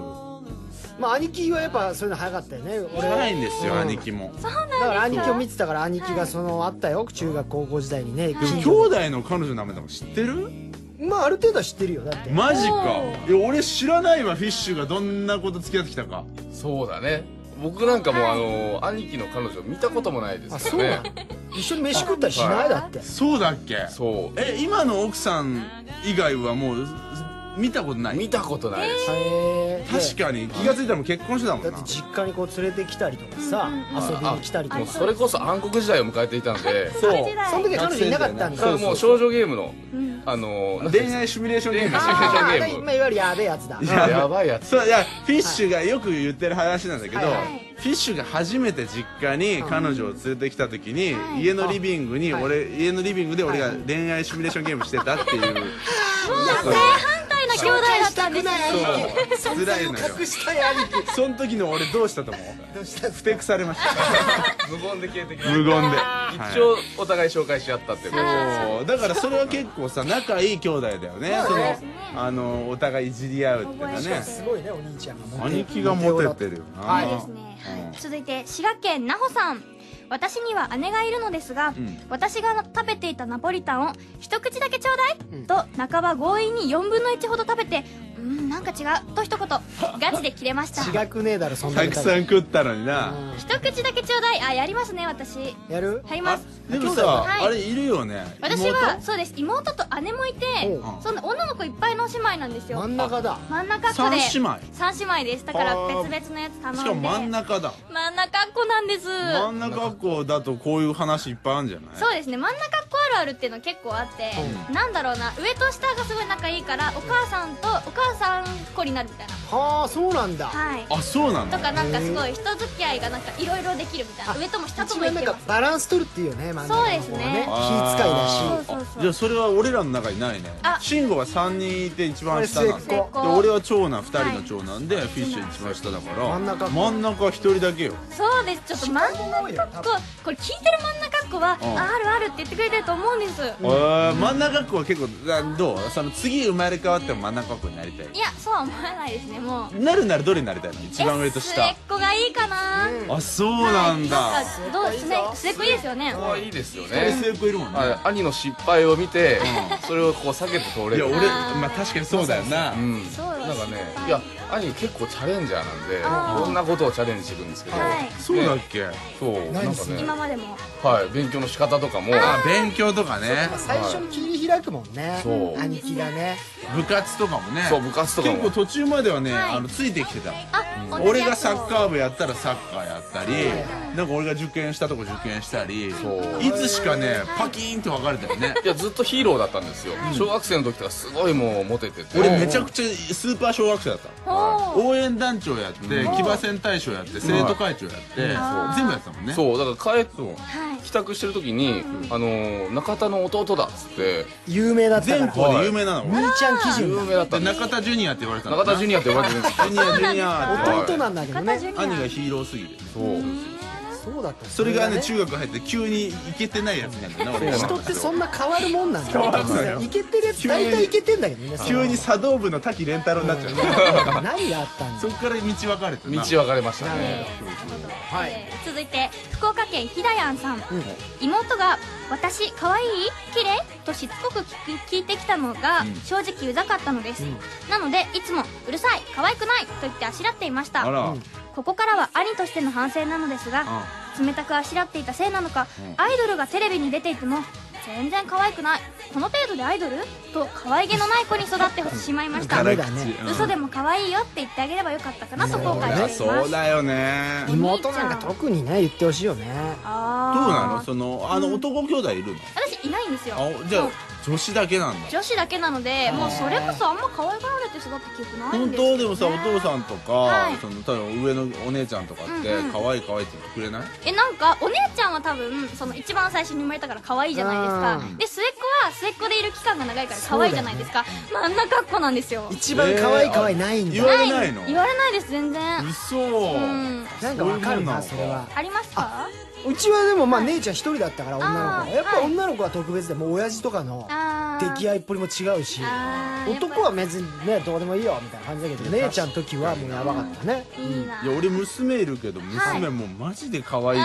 F: まあ兄貴はやっぱそういうの早かったよね
E: 知
F: 俺
E: ら
F: は
E: ないんですよ、
F: うん
E: 兄貴も
F: だから兄貴を見てたから兄貴がそのあったよ中学高校時代にね
E: でも兄弟の彼女の名前とか知ってる
F: まあある程度は知ってるよだって
E: マジ
A: お
E: かいや俺知らないわフィッシュがどんなこと付き合ってきたか
B: そうだね。僕なんかもうあの、兄貴の彼女見たこともないで
F: あ
B: すか
F: そうな
B: ら
F: の
B: ね。
F: 一緒に飯食ったりしないだって
E: そうだっけ
B: そう。
E: え今の奥さん以外はもう見たことない
B: 見たことないです。
F: へえ
E: 確かに気が付いたらもう結婚してたもん
F: だ
E: な
F: って実家にこう連れてきたりとかさ遊びに来たりと
B: も
F: か
B: うそれこそ暗黒時代を迎えていたので、
E: そう
A: 時代
F: その時は彼女いなかったん
B: だか
F: だ
B: らもう少女ゲームの、あの、なんていうん
E: 恋
B: です
E: 愛シミュレーションゲーム
B: 恋愛シミュレーション
F: あ
B: ゲーム
F: ーまあいわゆるやべえやつだ
B: かやばいやつ。
E: そういやフィッシュがよく言ってる話なんだけど、
F: はいはい
E: フィッシュが初めて実家に彼女を連れてきた時に、家のリビングに俺、家のリビングで俺が恋愛シミュレーションゲームしてたっていう、
A: 反対な兄弟だったんですよ
E: そう辛いのよ
F: 隠したい兄貴
E: その時の俺どうしたと思
F: どうした
E: うふてくされました
B: 無言で消えてきま
E: 無言で、
B: 一応お互い紹介し合ったっていう感
E: そうだからそれは結構さ仲いい兄弟だよねそのあのお互いいじり合うっていうかね
F: すごいねお兄ちゃんがモテる
E: 兄貴がモテてるよな、
F: はい
A: ですね、はい、続いて滋賀県なほさん私には姉がいるのですが、私が食べていたナポリタンを一口だけちょうだい、と半ば強引に4分の1ほど食べてうんなんか違うと一 言ガチで切れました
F: 違くねえだろそんな
E: た
F: の
E: くさん食ったのにな、
A: 一口だけちょうだいあやりますね私や
F: やる
A: りま
E: あ
A: す
E: でも
F: 兄弟
E: さ、
A: はい
E: あれいるよね
A: 私はそうです妹と姉もいて
F: お
A: そんな女の子いっぱいの姉妹なんです
F: 真
A: よ
F: ん中だ
A: 真ん中っ子で
E: 三姉妹
A: 三姉妹ですだから
E: はあ
A: 別々のやつ頼んで
E: しかも真ん中だ
A: 真ん中っ子なんです
E: 真ん中学校だとこういう話いっぱいあるんじゃない
A: そうですね真ん中っ子あるあるっていうの結構あって、なんだろうな上と下がすごい仲いいからお母さんとお母さんっ子になるみたいな
F: はあそうなんだ
A: はい
E: あそうなの
A: とかなんかすごい人付き合いがなんかいろいろできるみたいな上とも下と
F: 一
A: もい
F: 番
A: け
F: なん
A: ま
F: か
A: す
F: バランス取るっていうよね真ん中の
A: そう
F: 方
A: です
F: は
A: ね
F: ね気遣いだし
A: そうそうそ
E: じゃ
A: う
E: あそれは俺らの中にないね
A: あ
E: 慎吾は3人いて一番下なの
F: 末
E: で
F: っ
A: 子
E: 俺は長男2人の長男で、フィッシュ一番下だから
F: 真ん中
E: 真ん中1人だけよ
A: そうですちょっと真ん中っ子これ聞いてる真ん中っ子は、
E: ん
A: ああるあるって言ってくれてると思うんです、
E: えー真ん中学校は結構あどうその次生まれ変わっても真ん中学校になりたい
A: いやそうは思わないですねもう
E: なるならどれになりたいの一番上と
A: え末
E: 下
A: っ子がいいかな、
E: あそうなんだ、
A: なんかどう末末っ子いいですよね
B: じ。はいいですよ
E: え
B: ね。
E: 末っ子いるもんね
B: あ兄の失敗を見て、それをこう避けて通れ
E: い
B: る。
E: や俺まあ確かにそうだよな、
B: うん。
A: そう
B: なんかね、いや、兄結構チャレンジャーなんで
A: あー
B: いろんなことをチャレンジしてるんですけど、
A: はい
E: そうだっけ
B: そうなんか
A: 今
B: ね、
A: までも
B: はい、勉強の仕方とかも
E: あ勉強とかね
F: 最初に切り開くもんね、
B: そう
F: 兄貴がね
E: 部活とかもね
B: そう部活とかも
E: 結構途中まではね、
A: はい
E: あのついてきてた
A: あ、同じやつを
E: 俺がサッカー部やったらサッカーやったりなんか俺が受験したとこ受験したり
B: そう
E: いつしかねパキーンって分かれたよね
B: いやずっとヒーローだったんですよ、小学生の時とかすごいもうモテてて
E: 俺めちゃくちゃスーパー小学生だった
A: おー
E: 応援団長やって騎馬戦大将やって生徒会長やって全部やってたもんね
B: そうだから帰って
A: はい
B: 帰宅してる時に、あのー中田の弟だっつって
F: 有名だったから
E: 全校で有名なの
F: みーちゃん基準
B: 有名だった
E: で
B: んです
E: 中田ジュニアって言われてたの
B: 中田ジュニアって呼ばれてるんですよ
E: ジュニアジュニアって
F: 弟なんだけど
A: 片
F: ね
A: 順
E: 兄がヒーローすぎてね
B: そう
F: そうだったんだ
E: それがね中学入って急にイケてないやつになったな俺が
F: 人ってそんな変わるもんなんだよいけてるやつ大体いけてんだけどね
E: 急に茶道部の滝蓮太郎になっちゃう
F: 何があったんだ
E: そっから道分かれて
B: 道
E: な
B: 分かれましたね
A: えー続いて福岡県ひだやんさん、妹が「私可愛い綺麗としつこく聞く聞いてきたのが正直うざかったのです、なのでいつも「うるさい可愛くない」と言ってあしらっていました
E: あら
A: ここからは兄としての反省なのですが、冷たくあしらっていたせいなのか、アイドルがテレビに出ていても全然可愛くないこの程度でアイドルと可愛げのない子に育ってしまいま した
F: ダメだね
A: 嘘でも可愛いよって言ってあげればよかったかなと後
E: そ
A: 悔
E: り
A: していま
E: ゃ
A: す
E: そうだよねどう
F: 妹なんか特にね言ってほしいよね
A: あー
E: なのそのあの男兄弟いるの
A: 私いないんですよ
E: あじゃ
A: も
E: あ
A: う
E: 女子だけなんだ
A: 女子だけなのでもうそれこそあんま可愛がられて育った記憶ないん
E: 本
A: です
E: 当でもさお父さんとか
A: はい
E: その多分上のお姉ちゃんとかって
A: うんうん
E: 可愛い可愛いって言ってくれない
A: えなんかお姉ちゃんは多分その一番最初に生まれたから可愛いじゃないです
F: う
A: かで末っ子は末っ子でいる期間が長いから可愛いじゃないですか、真ん中っ子なんですよ
F: 一番可愛い可愛いないん
E: 言
F: だ
E: われないの
A: 言われないです全然
E: 嘘
A: うん
F: なんかわかるな
E: そ
F: そうれ
E: いうもんな
F: は
E: の
A: ありますか
F: うちはでもまあ姉ちゃん一人だったから女の
A: あ
F: 子
A: ー
F: はやっぱ
A: はい
F: 女の子は特別でもう親父とかの
A: あー
F: 出来合いっぷりも違うし
A: あーやっぱ
F: 男は別にねどうでもいいよみたいな感じだけど姉ちゃんの時はもうやばかったね
A: いいない
E: や俺娘いるけど娘もうマジで可愛い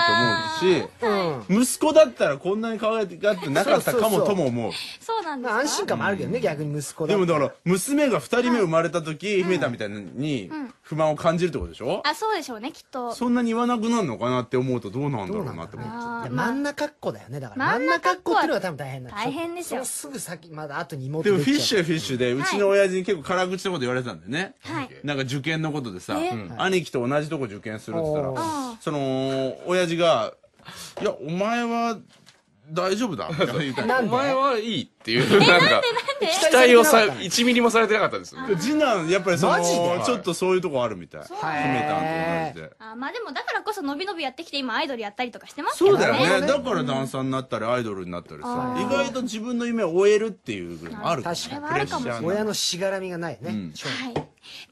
E: と思うし
F: うん
E: 息子だったらこんなに可愛がってなかったかもとも思う
A: そうなんです
F: まあ
A: か
F: 安心感もあるけどね逆に息子だ
E: で
F: と
E: もだから娘が2人目生まれた時姫たみたいに不満を感じるってことでしょ
A: あそうでしょうねきっと
E: そんなに言わなくなるのかなって思うとどうなんだろうなって思っちゃ
A: あ
E: う
F: いや
A: ー
F: 真
A: ま
F: ん中っ子だよねだから真
A: 真ん
F: ん
A: 中
F: 中
A: っ
F: っ
A: 子
F: 子
A: は
F: っていうのが多分大変なん
A: 大変ですよ
F: そのすぐ先まだ後に
E: で
F: 妹
E: も
F: 出ち
E: フィ
F: ゃ
E: ッ
F: う
E: シュはフィッシュでうちの親父に結構辛口のこと言われてたんだよね
A: はい
E: なんか受験のことでさ、
A: ね
E: うん兄貴と同じとこ受験するって言った
F: お
E: ら
A: ー、
E: その、親父が、いや、お前は大丈夫だ って言った
F: な
B: お
F: んで
B: 前はいいっていうなんか期待をさ1ミリもされてなかったんですよね
E: 次男、やっぱりその、
F: マジで
E: ちょっとそういうとこあるみたい。決めたんと同じで。
A: あまあでもだからこそのびのびやってきて今アイドルやったりとかしてますけど
E: そう
A: ね
E: だよね。だからダンサーになったり、アイドルになったりさ、意外と自分の夢を終えるっていうのもある
F: 確かに
A: それはあるかもしれ
E: プレッシャーな
F: 親のしがらみがないね、
E: ん
F: そう
A: はい。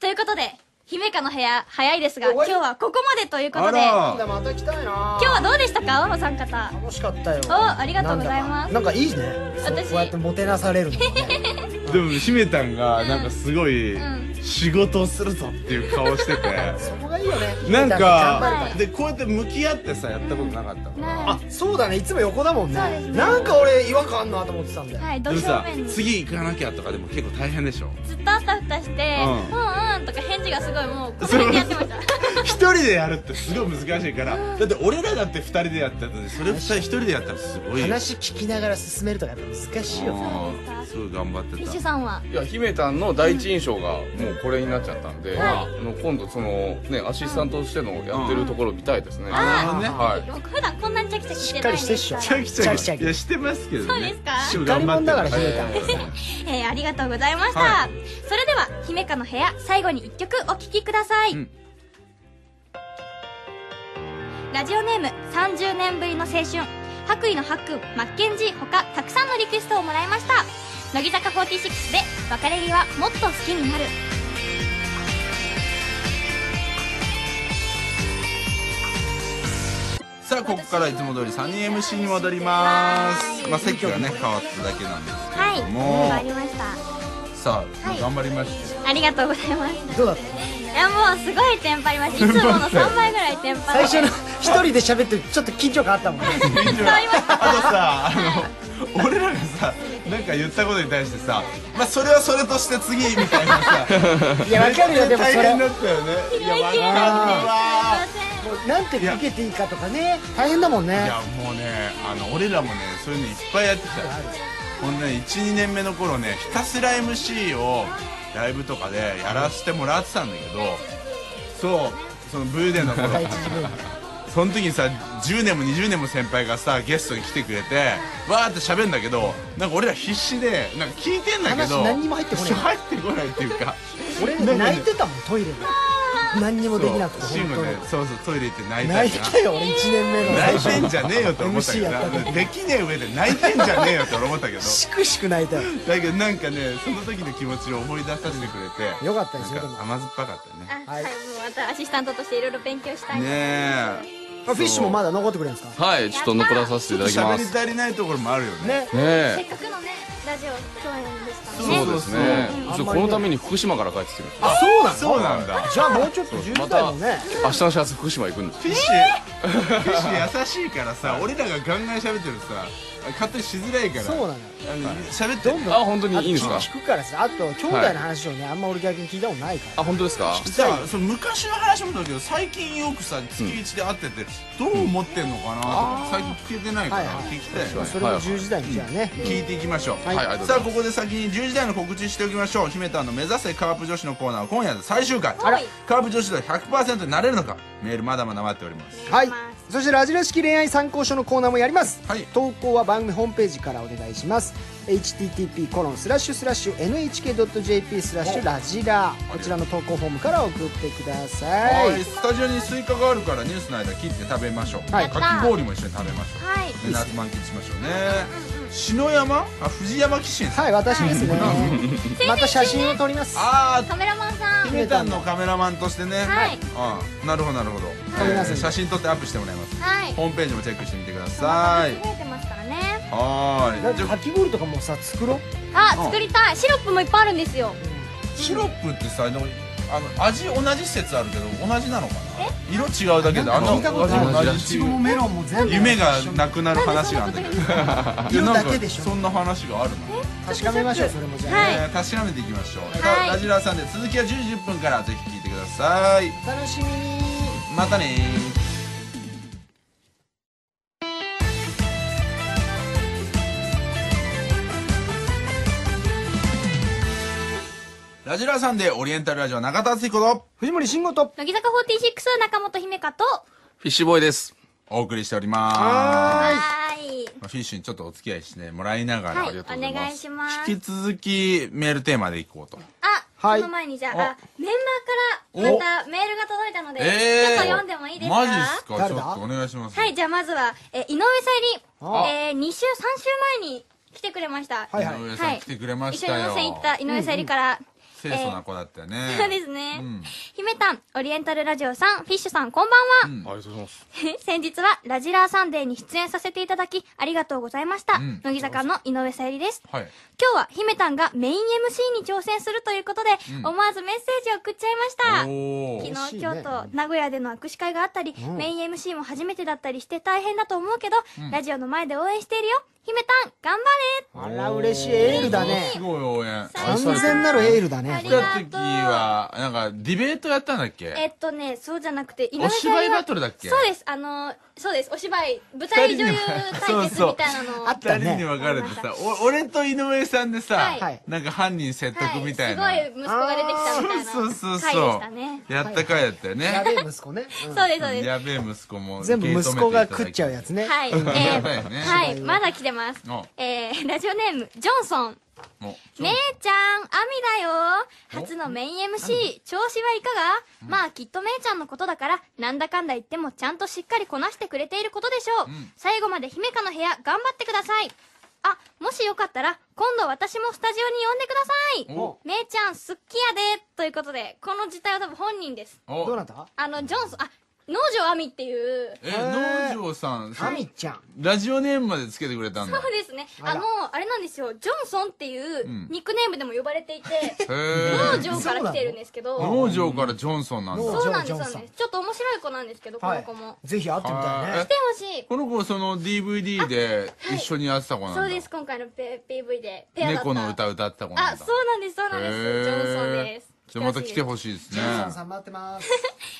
A: ということで、姫香の部屋、早いですが、今日はここまでということ
E: あ
A: で、今
E: ら、
F: また来たいな
A: 日はどうでしたか青のさん方。
F: 楽しかったよ
A: おありがとうございます
F: なんだかなんかいいねそう
A: 私
F: こうやってもてなされるのもね
E: でも、姫たんが、なんかすごい
A: ん、
E: 仕事をするぞっていう 顔してて、
F: そこがいいよね
E: なん
F: 頑張る
E: か、で、こうやって向き合ってさ、やったことなかったから。
A: は
F: らそうだねいつも横だもんね
A: そうですね
F: なんか俺違和感あんなと思ってたんだ
A: い。
F: よ、
A: はい、ど
E: でも
A: 正
E: さ
A: 面に。ずっ
E: 次行かなきゃとかでも結構大変でしょ
A: とあたふたして、う
E: うん
A: んうんとか返事がすごいもう、この辺でやってました。
E: 一人でやるってすごい難しいからだって俺らだって二人でやってたのにそれ二人一人でやったらすごいよ
F: 話聞きながら進めるとかやっぱ難しいよね
E: うんすごい頑張って
A: フィッ
E: た
A: シュさんは。
B: いや姫たんの第一印象がもうこれになっちゃったんで、あの今度そのねアシスタントとしてのやってるところ見たいですね、
E: なるほどね
B: はい
A: でも普段こんなにチャキチャキしてないん
F: しっかりして
A: で
F: っし
A: すか
F: ょ
A: ら。
E: チャキチャキ
F: チャキチャキ
E: いやしてますけどね
A: そうですか
E: 一生頑張って
F: しっかり者だから姫
E: た
A: えー、ありがとうございました、
E: は
A: それでは姫香の部屋最後に1曲お聴きください、
E: うん
A: ラジオネーム30年ぶりの青春白衣のハックンマッケンジー他たくさんのリクエストをもらいました乃木坂46で別れ際もっと好きになる
E: さあここからいつも通り3人 MC に戻りますまあ席がね変わっただけなんです
A: はい
E: もう
A: わかりました
E: さあ頑張りまし
A: ありがとうございます
F: どうだっ
A: やもうすごいテンパりましたいつもの3倍ぐらいテンパ
F: 最
A: り
F: 初の一人で喋ってちょっと緊張感あった もんね
E: あとさあの俺らがさなんか言ったことに対してさまあそれはそれとして次みたいなさ
F: いやわかるよでもそ
E: 大
F: れ
E: 変だったよねいやわか
A: きれい
E: るわ
A: すいま
F: なんて受けていいかとかね大変だもん
E: い
F: ね
E: やもうねあの俺らもねそういうのいっぱいやってたよほんでね12年目の頃ねひたすら MC をライブとかでやらせてもらってたんだけどそうそのブーデンの頃
F: 第一次ブーム
E: その時にさ10年も20年も先輩がさゲストに来てくれてわーって喋るんだけどなんか俺ら必死でなんか聞いてんだけど
F: 話何にも入ってこない
E: そう入ってこないっていうか
F: 俺
E: なんかね
F: 泣いてたもんトイレで何にもできなくて
E: そうシ
F: 本
E: ム
F: 当に
E: ねそうそうトイレ行って泣いた
F: 泣い
E: り
F: て
E: な
F: たよ俺1年目の最
E: 泣い
F: 初
E: てんじゃねえよと思ったけど
F: MC やった時
E: できねえ上で泣いてんじゃねえよと俺思った けど
F: しくしく泣いたよ
E: だけどなんかねその時の気持ちを思い出させてくれて
F: よかったです
E: な
F: よ
E: ん
F: でも
E: か甘酸っぱかったね
A: せんあはいもうまたアシスタントとしていろいろ勉強したい
E: ねえ
F: あフィッシュもまだ残ってくれるんですか
B: はいちょっと残らさせていただきま
E: 喋り
B: す
E: 足りないところもあるよね
F: ね
A: せっ
B: ねえ
A: かくのねラジオ共演ですからね
B: そうですね
F: そう
B: ちょっとこのために福島から帰ってきてる
F: あそうなの
E: そうなんだ
F: じゃあもうちょっと10代もね
B: 明日の始発福島行くんです
E: フィッシュ、フィッシュ優しいからさ俺らがガンガン喋ってるとさ勝手にしづらいから
F: そうなのよ
E: あの喋って
F: どんどん
B: あ本当にいいんですか
F: 聞くからさあと兄弟の話をねあんま俺逆に聞いたことないから
B: あ本当ですか
E: さその昔の話もだけど最近よくさ月一で会ってて、どう思ってんのかなとか、最近聞けてないから、
F: はいはい
E: 聞きたいよね、
F: まあそれも10時代にじゃあね
E: 聞いていきましょう、
F: はい
B: はいありがとうござ
E: さ
B: い
E: あここで先に10時台の告知しておきましょう姫たんの目指せカープ女子のコーナーは今夜で最終回
A: あら
E: カープ女子と100%になれるのかメールまだまだ待っております
F: はいそしてラジラ式恋愛参考書のコーナーもやります、
E: はい
F: 投稿は番組ホームページからお願いします http コロンスラッシュスラッシュ nhk.jp スラッシュラジラこちらの投稿フォームから送ってください
E: はい、スタジオにスイカがあるからニュースの間切って食べましょう、
F: はい
E: かき氷も一緒に食べましょう、
A: はい
E: で夏満喫しましょうね篠山あ藤山紀信さん
F: はい私ですね また写真を撮ります
E: あ
A: カメラマンさ
E: あ
A: ん
E: ひめたんのカメラマンとしてね
A: はい
E: ああなるほどなるほど、
F: めん
E: え
F: な
E: ー
F: さい
E: 写真撮ってアップしてもらいます
A: はい
E: ホームページもチェックしてみてください
A: 増えてますからね
E: は
F: だ
E: ー
F: っ
E: い
F: て
E: じゃ
F: か
E: あ
F: き氷とかもさ作ろう
A: あ作りたいシロップもいっぱいあるんですよ
E: シロップってさでもあの味同じ説あるけど同じなのかな色違うだけであの
F: 聞いたことあ
E: 味
F: る
E: 同
F: い
E: じ
F: ちごもメロンも全部
E: 夢がなくなる話があるん だけどいやなんか
F: 色だけでしょ
E: そんな話があるの
F: 確かめましょうそれもじゃあ、
A: はい
E: えー確かめていきましょう、
A: はい
E: ラジラさんで続きは10時10分からぜひ聞いてください
F: 楽しみに
E: またねラジラさんでオリエンタルラジオ中田敦彦と
F: 藤森慎吾と
A: 乃木坂46中本姫香と
B: フィッシュボーイです
E: お送りしておりま
A: はい
E: すフィッシュにちょっとお付き合いしてもらいながら、
A: はい
E: 引
A: お願いします
E: き続きメールテーマでいこうと
A: あ、
F: はい
A: その前にじゃああメンバーからまたメールが届いたので、ちょっと読んでもいいですか
E: マジっすか
F: 誰
E: ち
F: だ
E: ょっとお願いします
A: はい、じゃあまずは、えー井上
F: あ
A: さゆり、えー、2週、3週前に来てくれました。
F: はい
E: 井上さん来てくれましたよ、
A: 一緒に温泉行った井上さゆりから、
E: 清楚な子だったよね、
A: そうですね。
E: ん
A: 姫たん、オリエンタルラジオさん、フィッシュさん、こんばんは。
B: ありがとうございます
A: 先日は、ラジラーサンデーに出演させていただき、ありがとうございました。
E: ん
A: 乃木坂の井上さゆりです。
E: はい
A: 今日は、姫たんがメイン MC に挑戦するということで、思わずメッセージを送っちゃいました。
E: おー
A: 昨日、
F: 嬉しいね
A: 京都名古屋での握手会があったり、メイン MC も初めてだったりして大変だと思うけど、ラジオの前で応援しているよ姫たん頑張れ
F: あら嬉しいエールだ
E: す
F: ね
E: ごい応援
A: 最
F: 完全なるエールだ
A: あ
F: ね
A: り
E: 来た
A: が
E: 時
A: とう
E: はなんかディベートやったんだっ
A: え
E: け
A: っとねそうじゃなくて井
E: お芝居バトルだっけ
A: そうですあのそうですお芝居舞台女優対決みたいなのを
F: あっ
E: 二
F: た
E: 人に
F: ね
E: 分かれてさ、お俺と井上さんでさ、
A: はい
E: なんか犯人説
A: は
E: 得みたいな、
A: すごい息子が出てきたみたいな
E: そうそうそう
A: 回
E: そ
A: で
E: う
A: したね
E: やった回やったよね、
F: やべえ息子ね、うん
A: そうですそうです
E: やべえ息子も
F: 全部息子が食っちゃうや
E: つ
F: つね、
A: はい、え
E: やばい
A: ー
E: ね
A: はい、まだ来てます
E: お。
A: えー、ラジオネーム、ジョンソン。姉ちゃん、アミだよ。初のメイン MC、調子はいかがまあ、きっと姉ちゃんのことだから、なんだかんだ言っても、ちゃんとしっかりこなしてくれていることでしょう。最後まで姫香の部屋、頑張ってください。あ、もしよかったら、今度私もスタジオに呼んでくださ
E: お
A: い。姉ちゃん、好きやで。ということで、この事態は多分本人です。
E: お
F: どうなった
A: あの、ジョンソン、あ、農場亜美っていう、
E: え農場さん
F: アミちゃん。
E: ラジオネームまでつけてくれたんだ
A: そうですね。あの、あれなんですよ、ジョンソンっていうニックネームでも呼ばれ ていて、
E: へ
A: 農
E: え
A: 場から来てるんですけど、
E: 農場からジョンソンなんだ
F: 農場
A: そうなんです、
F: ジョン
A: そう
F: ソ
A: なん
F: ン
A: です。ちょっと面白い子なんですけど、こ
F: は
A: の
F: い
A: 子も。。
F: ぜひ会ってみたい
E: は
F: ね
E: い。
A: 来てほしい。
E: この子その DVD で一緒にやってた子なんだ
A: そうです、今回のペ PV で。ペアだった
E: 猫の歌歌ってた子な
A: あ、
E: んだ
A: そうなんです、そうなんです。ジョンソン
E: へえ
A: です。
E: じゃあまた来て
A: しい
E: ほしいですね
F: ジョンソンさん待ってます。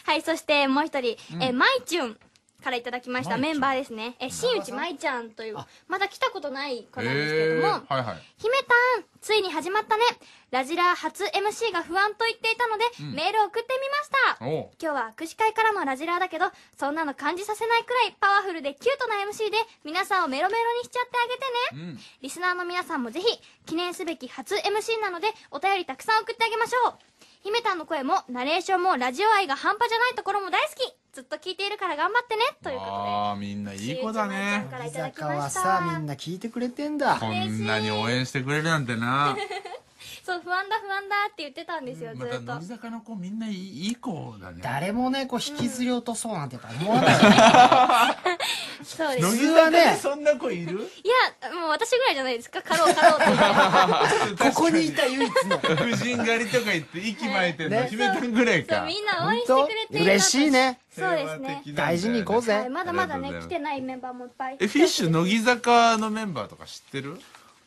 A: はい、そしてもう一人、えー、まいちゅんからいただきましたメンバーですね。えー、新内まいちゃんという、まだ来たことない子なんですけれども、
E: はいはい
A: 姫たん、ついに始まったね。ラジラ初 MC が不安と言っていたので、メールを送ってみました。
E: おう
A: 今日は握手会からのラジラーだけど、そんなの感じさせないくらいパワフルでキュートな MC で、皆さんをメロメロにしちゃってあげてね。リスナーの皆さんもぜひ、記念すべき初 MC なので、お便りたくさん送ってあげましょう。姫たんの声も、ナレーションも、ラジオ愛が半端じゃないところも大好き。ずっと聞いているから頑張ってね。というこ
E: ああみんな
A: とで、
E: いい子だ
A: しゅういちまいちゃん
E: ね
A: から
F: 乃
A: い
F: 木
A: ただき
F: 坂
A: ま
F: は
A: し
F: さ、
A: た
F: みん。な聞いてくれてんだ。
E: こんなに応援してくれるなんて な
A: そう、不安だ不安だって言ってたんですよ、ず
E: また
A: っと
E: 乃木。坂の子みんないいいい子だね
F: 誰もね、こう、引きずり落とそうなんて思 わないよね。
A: そうです。
F: 普通はね、
E: そんな子い
A: い
E: る
A: や、もう私ぐらいじゃないですか。かろうかろうと。
F: ここにいた唯一の。
E: 婦人狩りとか行って息巻いてるの
F: ね
E: 姫たんぐら い
A: そ
E: か
A: う、みんな応援して
F: 本
A: くれて
F: 当
A: る
F: 嬉しい。ね。
A: そうですね。
F: 大事に行こう
E: ぜ
A: はい、
F: ぜ。
A: まだまだ
E: あり
A: ね
E: がと
A: 来
E: うございます
A: てないメンバーもいっぱい
E: えフィッシュ乃木坂のメンバーとか知ってる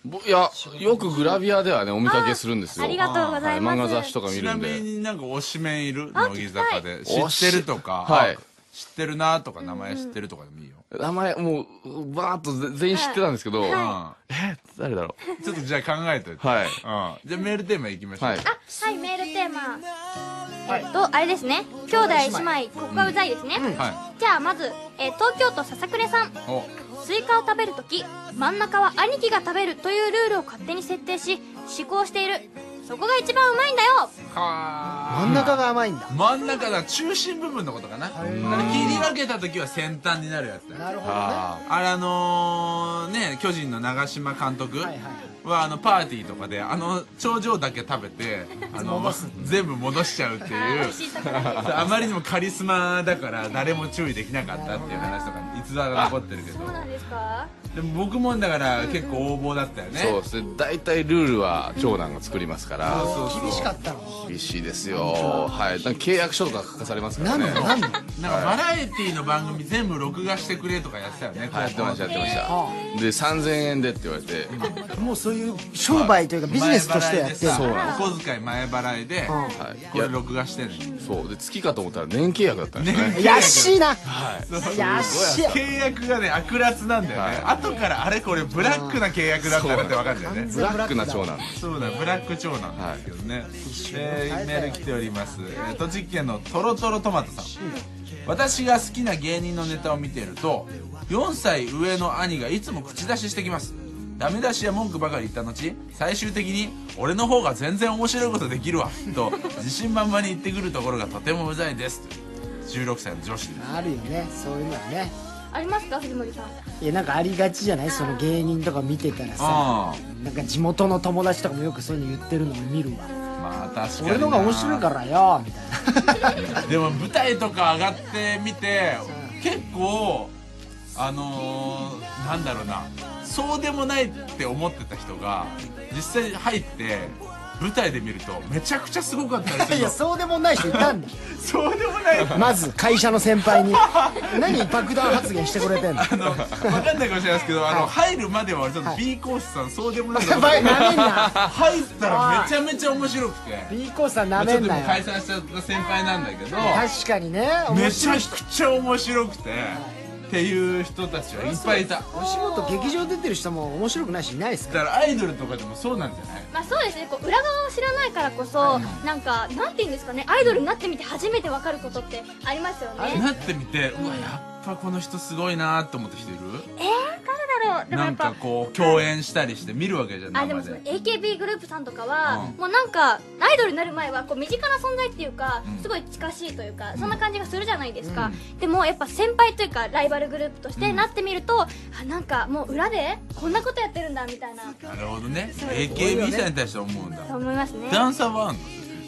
B: ぼいやよくグラビアではねお見かけするんですよ
A: ありがとうございます
B: は漫画雑誌とか見
E: ち
B: る
E: なんみ
B: で
E: になんか推しメンいる
A: あ
E: 乃木坂で知
B: 聞きたい
E: ってるとか、
B: 推しはい
E: あ知ってるなとか名前知ってるとかでもいいよ、
B: 名前もうバーッとぜ全員知ってたんですけど、え誰だろ
E: うんちょっとじゃあ考えといて、
B: うはい
E: うん、じゃあメールテーマいきましょう、
B: はい
A: あはいメールテーマ
F: はい
A: えっとあれですね兄弟姉妹ここがうざいですね、
E: は
A: じゃあまず、えー東京都笹暮さん
E: お
A: スイカを食べるとき真ん中は兄貴が食べるというルールを勝手に設定し試行しているそこが一番うまいんだよ
E: は
F: 真ん中が甘いんだ。
E: ー真ん中だ中心部分のことかなだから切り分けた時は先端になるやつだよ
F: なるほどね。
E: あれあのーね巨人の長嶋監督
F: い
E: はあのパーティーとかであの頂上だけ食べてあの全部戻しちゃうっ て
A: 美
E: いう
A: 味しいとこだ
E: あまりにもカリスマだから誰も注意できなかったっていう話とかいつだか残ってるけど
A: そうなんですか
E: でも僕もだから結構横暴だったよね
B: そうですね大体ルールは長男が作りますから、
E: そうそう
F: 厳しかったの。
B: 厳しいですよはいなんか契約書とか書かされますか
F: な
B: ら
F: ん
B: ね
F: でなんで
E: なんかバラエティの番組全部録画してくれとかやってたよね
B: はいやってましたやってましたで3000円でって言われて
F: もうそういう商売というかビジネスとしてやってる。
E: 前払いでさ
B: そうなん
E: お小遣い前払いで
B: はい
E: これ録画してね
B: そうで月かと思ったら年契約だったんですね
F: 安いな。安い。
E: 契約がね悪辣なんだよね後からあれこれブラックな契約だったなって分かるんだよね
B: ブラックな長男
E: そうだブラック長男なんですけどね、えーメール来ております、えー栃木県のトロトロトマトさん、私が好きな芸人のネタを見ていると4歳上の兄がいつも口出ししてきますダメ出しや文句ばかり言った後最終的に「俺の方が全然面白いことできるわ」と自信満々に言ってくるところがとてもうざいです16歳の女子です
F: あるよね、そういうのはね。
A: ありますか藤森さん
F: いや、なんかありがちじゃないその芸人とか見てたらさ。
E: あ
F: なんか地元の友達とかもよくそういうの言ってるのを見るわ。
E: あまあ確かにな
F: 俺のが面白いからよ、みたいな。
E: でも舞台とか上がってみて結構あのー、なんだろうなそうでもないって思ってた人が実際に入って舞台で見るとめちゃくちゃすごかったりする
F: い
E: の
F: や、そうでもない人い たんだよ。
E: そうでもない
F: まず会社の先輩に。何爆弾発言してく れてんの。
E: あの分かんないかもしれないですけどあの入るまではちょっと B コースさんそうでもないと
F: や
E: 思っ
F: ば
E: て
F: い、なめんな。
E: 入ったらめちゃめちゃ面白くて
F: B コーさん
E: ま
F: な
E: あち
F: め
E: ょっ
F: ん
E: とも
F: な
E: う
F: よ。
E: 解散しちゃった先輩なんだけど
F: 確かにね、面
E: めち
F: 白
E: ゃ
F: い人。
E: くちゃ面白くてっていう人たちはいっぱいいた
F: お仕事劇場出てる人も面白くないしいないですか
E: だからアイドルとかでもそうなんじゃない
A: まあそうですね、こう裏側を知らないからこそ、なんか、なんて言うんですかね、アイドルになってみて初めてわかることってありますよね。
E: なってみてうわやっぱこの人すごいなと思った人いる
A: えー、誰だろうでも
E: な
A: やっ
E: ん
A: ぱ
E: か、こう共演したりして見るわけじゃん
A: あ、で
E: 生
A: もその
E: で
A: AKB グループさんとかは
E: う、ん
A: もうなんか、アイドルになる前は、こう身近な存在っていうか、すごい近しいというか、そんな感じがするじゃないですか。でもやっぱ先輩というか、ライバルグループとしてなってみると、あ、なんかもう裏で、こんなことやってるんだ、みたいな、
E: なるほどね AKB さんに対して思うんだ
A: と思いますね。
E: ダンサーはあんの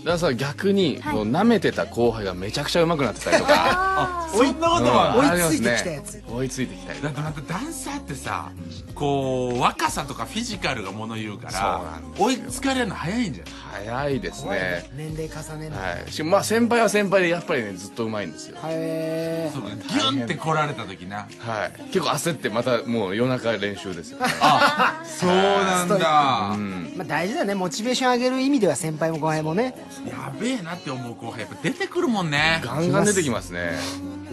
B: だからさ逆に、
A: はい
B: こう舐めてた後輩がめちゃくちゃ上手くなってたりとか
A: あ
E: そんなことは
B: うん
F: 追
B: ありま
F: いつ
B: す
F: いてきたやつ
B: ね、追いついてきたり
E: だってまたダンサーってさこう若さとかフィジカルがもの言うから追いつかれるの早いんじゃない
B: 早いです
F: 怖いね
B: ね
F: 年齢重ねるの
B: はいしかもまあ先輩は先輩でやっぱりねずっと上手いんですよ
F: へ
E: そうねギュンって来られた時な
B: はい結構焦ってまたもう夜中練習ですよ、
E: そうなんだ
B: うん
F: えまあ大事だねモチベーション上げる意味では先輩も後輩もね
E: やべえなって思う後輩やっぱ出てくるもんね
B: ガンガン出てきますね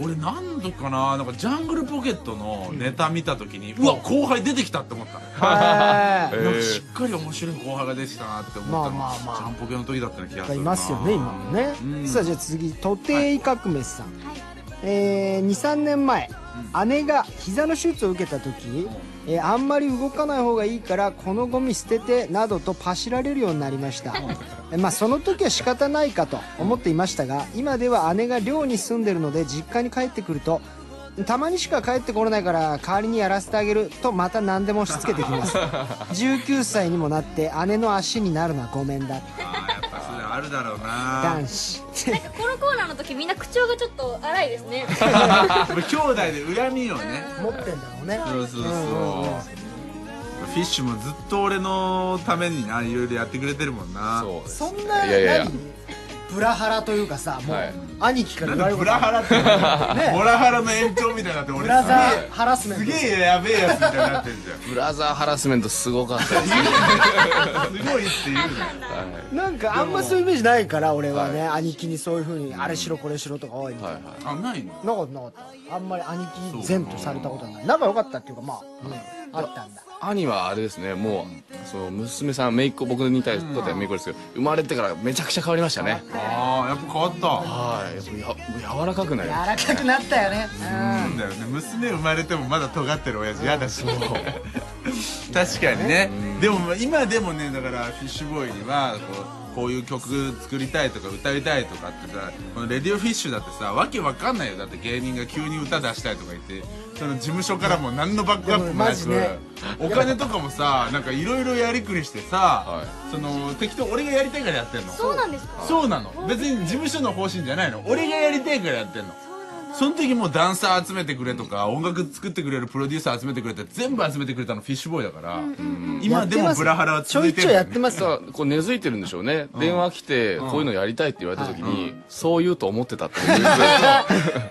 E: 俺何度かななんかジャングルポケットのネタ見た時にうわ後輩出てきたって思った
F: は
E: なんかしっかり面白い後輩が出てきたなって思ったの
F: まあまあまあ
E: ジャンポケの時だったような気がす
F: い
E: るない
F: ますよね今もねさあじゃあ次徒弟革命さん
A: はい
F: えー23年前姉が膝の手術を受けた時、えーあんまり動かない方がいいからこのゴミ捨ててなどとパシられるようになりました、えーまあ、その時は仕方ないかと思っていましたが今では姉が寮に住んでるので実家に帰ってくるとたまにしか帰ってこれないから代わりにやらせてあげるとまた何でも押し付けてきます19歳にもなって姉の足になるのはごめんだ
E: あーやっぱそれあるだろうな
F: 男子
A: なんかこのコーナーの時みんな口調がちょっと荒いです ね
E: 兄弟で恨みをね
F: 持ってんだろうね
E: そうそうそう
F: うんうんうん
E: フィッシュもずっと俺のためにないろいろやってくれてるもんな
B: そうです
F: そんな、
B: いやいやいや
F: 何ブラハラというかさ、もう、
B: はい
F: 兄貴から言わ
E: な
F: れ
E: ん
F: る
E: か
F: こ
E: ブ
F: と
E: ラハラって
F: ね
E: ボラハラの延長みたいになって俺
F: ブラザーハラスメン
E: す
F: ト
E: げえすげえやべえやつみたいになってるじゃん
B: ブラザーハラスメントすごかったですね
E: すごいって言うじゃん
F: なんかあんまそういうイメージないから俺はね、兄貴にそういうふうにあれしろこれしろとか多いみたいな、
B: はいはい
E: あないの
F: なかったなかったあんまり兄貴に善とされたことはない仲良かったっていうかまあ、ね、あったんだ
B: 兄はあれですねもうその娘さん姪っ子僕に対しては姪っ子ですけど生まれてからめちゃくちゃ変わりましたね
E: ああやっぱ変わった
B: はいやっぱや柔らかくなり
F: 柔
B: ました
F: らかくなったよね
E: なんだよね娘生まれてもまだ尖ってる親父嫌だし確かにねでもまあ今でもねだからフィッシュボーイにはこうこういう曲作りたいとか歌いたいとかってさこのレディオフィッシュだってさわけわかんないよだって芸人が急に歌出したいとか言ってその事務所からも何のバックアップもな
F: でもマ
E: く、
F: ジね
E: お金とかもさなんかいろいろやりくりしてさ、
B: は
E: その適当俺がやりたいからやってんの
A: そうなんですか
E: そうなの別に事務所の方針じゃないの俺がやりたいからやってんのその時もうダンサー集めてくれとか音楽作ってくれるプロデューサー集めてくれって全部集めてくれたのフィッシュボーイだから、今でもブラハラは
F: ちょ
E: 続い
F: い
E: て
F: ち
E: る
F: ょい
E: よ
F: やっ
E: ね
F: てますよ
B: さあこう根付いてるんでしょうね、電話来てこういうのやりたいって言われた時に、そう言うと思ってたってことですよ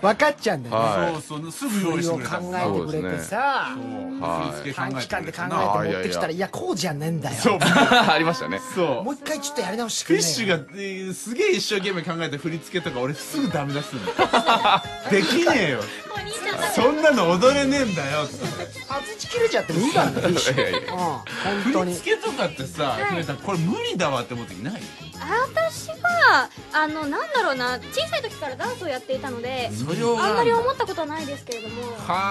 F: 分かっちゃうんだよね、
B: は
E: そうそうすぐ用
F: 振
E: 意
F: り
E: して
F: を
E: く
F: 考
E: れたもんな
F: えてくれてさ、
E: そう振り付け考
F: 短
E: え
F: 期
E: てく
F: 間
E: れ
F: で
E: て
F: 考
E: な
F: えて持ってきたらいやこうじゃねえんだよ
E: そう
B: いありましたね
E: そう
F: もう一回ちょっとやり直してく
E: フ
F: れねえ
E: ィッシュが、えーすげえ一生懸命考えて振り付けとか俺すぐダメ出 すんだよできねえよ
A: お兄ちゃんだ
E: そんなの踊れねえんだよって
F: パツチ切れちゃってもいいからねフィッシュ
B: いやいやい
F: うん本当
E: 振り
F: に
E: 付けとかってさ、ひめさんこれ無理だわって思う時ない
A: 私はあのなんだろうな小さい時からダンスをやっていたので
E: それを
A: あんまり思ったことはないですけれども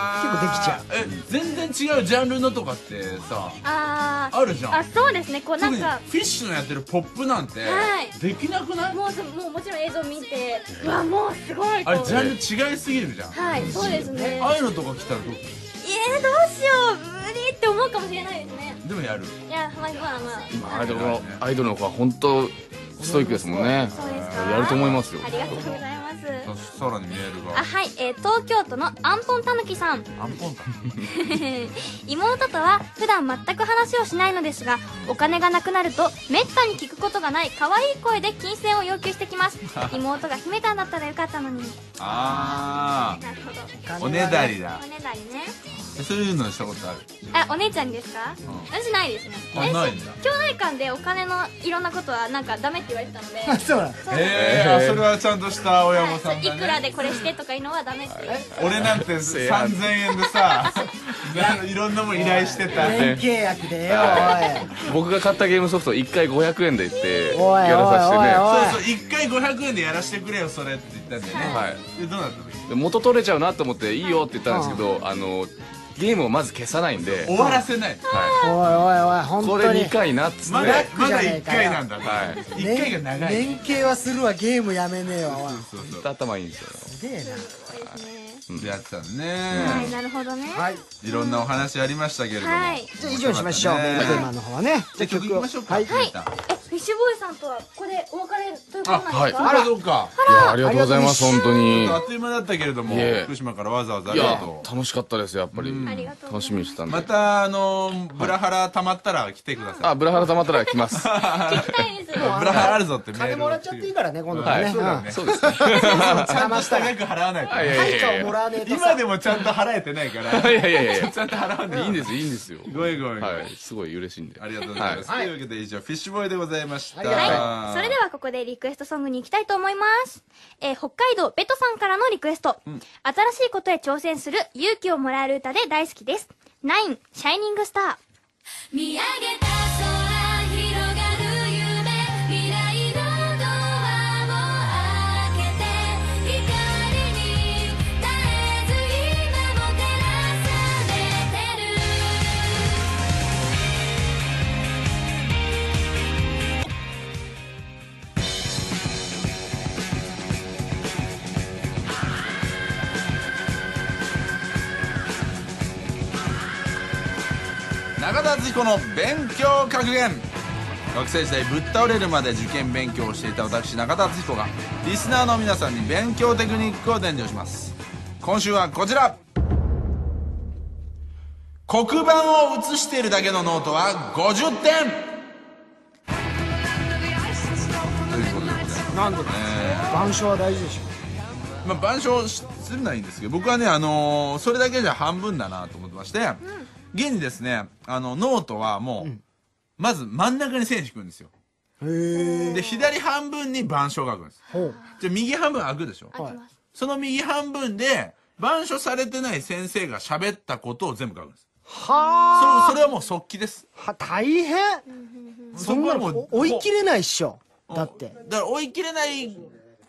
E: はーえ全然違うジャンルのとかってさ
A: あー
E: あるじゃん
A: あそうですねこうな
E: 特
A: ん
E: にフ
A: か
E: ィッシュのやってるポップなんて
A: はい
E: できなくない、
A: もうすもうもちろん映像見てうわもうすごい
E: あれジャ
A: こ
E: ンル違いすぎるじゃん、
A: うはいそうですね
E: ああいうのとか来たらどう
A: えー、どうしよう無理って思うかもしれないですね
E: でもやる
A: いやまあまあまあ
B: アイドルのアイドルの子は本当ストイックですもんね
A: そうですか
B: やると思いますよ
A: ありがとうございます
E: ささらにメール
A: あ
E: が
A: はい、えー東京都のアンポンたぬきさん
E: アンポンタ
A: 妹とは普段全く話をしないのですがお金がなくなるとめったに聞くことがない可愛い声で金銭を要求してき ます妹が秘めたんだったらよかったのに
E: あ
A: なるほどお
E: あおねだりだ
A: ねだりね
E: そういうのしたことある
A: あお姉ちゃんにですか、私ないですね
E: あ
A: え
E: ないんだ
A: 兄弟間でお金のいろんなことはなんかダメって言われてたの で
F: そうなんだ
A: そう
E: ええー、あそれはちゃんとした親
A: は
E: 御
A: い
E: さ
A: そ
E: ん
A: う
E: だ
A: いくら
E: ね
A: でこれしてとかいうのはダメっていう
E: 俺なんて3000円でさいろんなもん依頼してた
F: 年契約でよ
B: 僕が買ったゲームソフト1回500円で言って
F: おいおいおいおい
B: やらさせてね
E: そうそう1回500円でやらしてくれよそれって言ったんだよね、
B: はい
E: でどうなったの
B: で元取れちゃうなと思っていいよって言ったんですけど、あのゲームをまず消さないん で、
E: 終わらせない
F: おいおいおい本当
B: これ
F: に
B: 2回なっつって、
E: ま
F: ブラ
E: だ
F: ック
E: ま
F: じゃ
E: だ
F: ねえ
E: 1
F: かよ
E: 回なんだ
B: は
E: ね
B: い
E: 1回が長い
F: 年契はするわゲームやめねえわおい
E: そうそう
B: 頭いいんですよ
F: すげえ
A: ですね
E: でやってたの
A: は
E: ね
A: いなるほどね
F: なはい
E: いろんなお話ありましたけれども
A: はい
F: じゃあ以上にしましょう
E: 面
F: メイ
E: 白
F: ンテー
E: かったね
F: マの方はね
E: じゃあ曲いきましょうか
F: はい
E: はい
A: えフィッシュボーイさんとはここでお別れということなんですか、
B: はい
E: あらそうか
B: いやありがとうございます本当
E: ちょ
B: に
E: っとあっという間だったけれども
B: いえ
E: 福島からわざわざあ
B: い
E: りが
B: や
E: と
B: 楽しかったですやっぱり
A: ありがとうございます
B: 楽しみにしてたん
E: う
B: で
E: またあのーブラハラたまったら来てください
B: あブラハラたまったら来ます
A: 聞きたいです
E: ブラハラあるぞってメール
F: 金もらっちゃっていいからね、今度は
B: は
F: ね。
B: い
E: そうだね
B: そうですね
F: うん。
E: ちゃん
F: 騙
E: と
F: し
E: したた
F: ら。
E: 額払わない と
B: いやいや
F: 対
B: い
F: 価
B: や
F: を
B: い
F: もらわねえと
E: 今
F: さ。
E: でもちゃんと払えてないから
B: やいやいやいや
E: ちゃんと払わない
B: いんですいいんですよ
E: ごめんごめんごめん
B: はいすごい嬉しいんで
E: ありがとうございます、
F: はい
E: というわけで以上フィッシュボーイでございました、
F: はい
A: はい。それではここでリクエストソングに行きたいと思います。えー北海道ベトさんからのリクエスト。新しいことへ挑戦する勇気をもらえる歌で大好きです。ナイン、シャイニングスター。
G: 見上げた空広がる夢未来のドアを開けて光に絶えず今も照らされてる
E: 中田敦彦の勉強格言学生時代ぶっ倒れるまで受験勉強をしていた私中田敦彦がリスナーの皆さんに勉強テクニックを伝授します今週はこちら黒板を写しているだけのノートは50点ということでございます
F: なんで板書は大事でしょ。
E: まあ、板書するのはいいんですけど僕はね、あのーそれだけじゃ半分だなと思ってまして、現にですねあのノートはもう、まず真ん中に線引くんですよで左半分に板書を書くんです
F: ほう。
E: じゃあ右半分開くでしょ
A: あります。
E: その右半分で板書されてない先生が喋ったことを全部書くんです
F: は
E: そそれはもう即帰です
F: あ。は、大変。そんな
E: こは
F: の追い切れないっしょ。だって。
E: だから追い切れない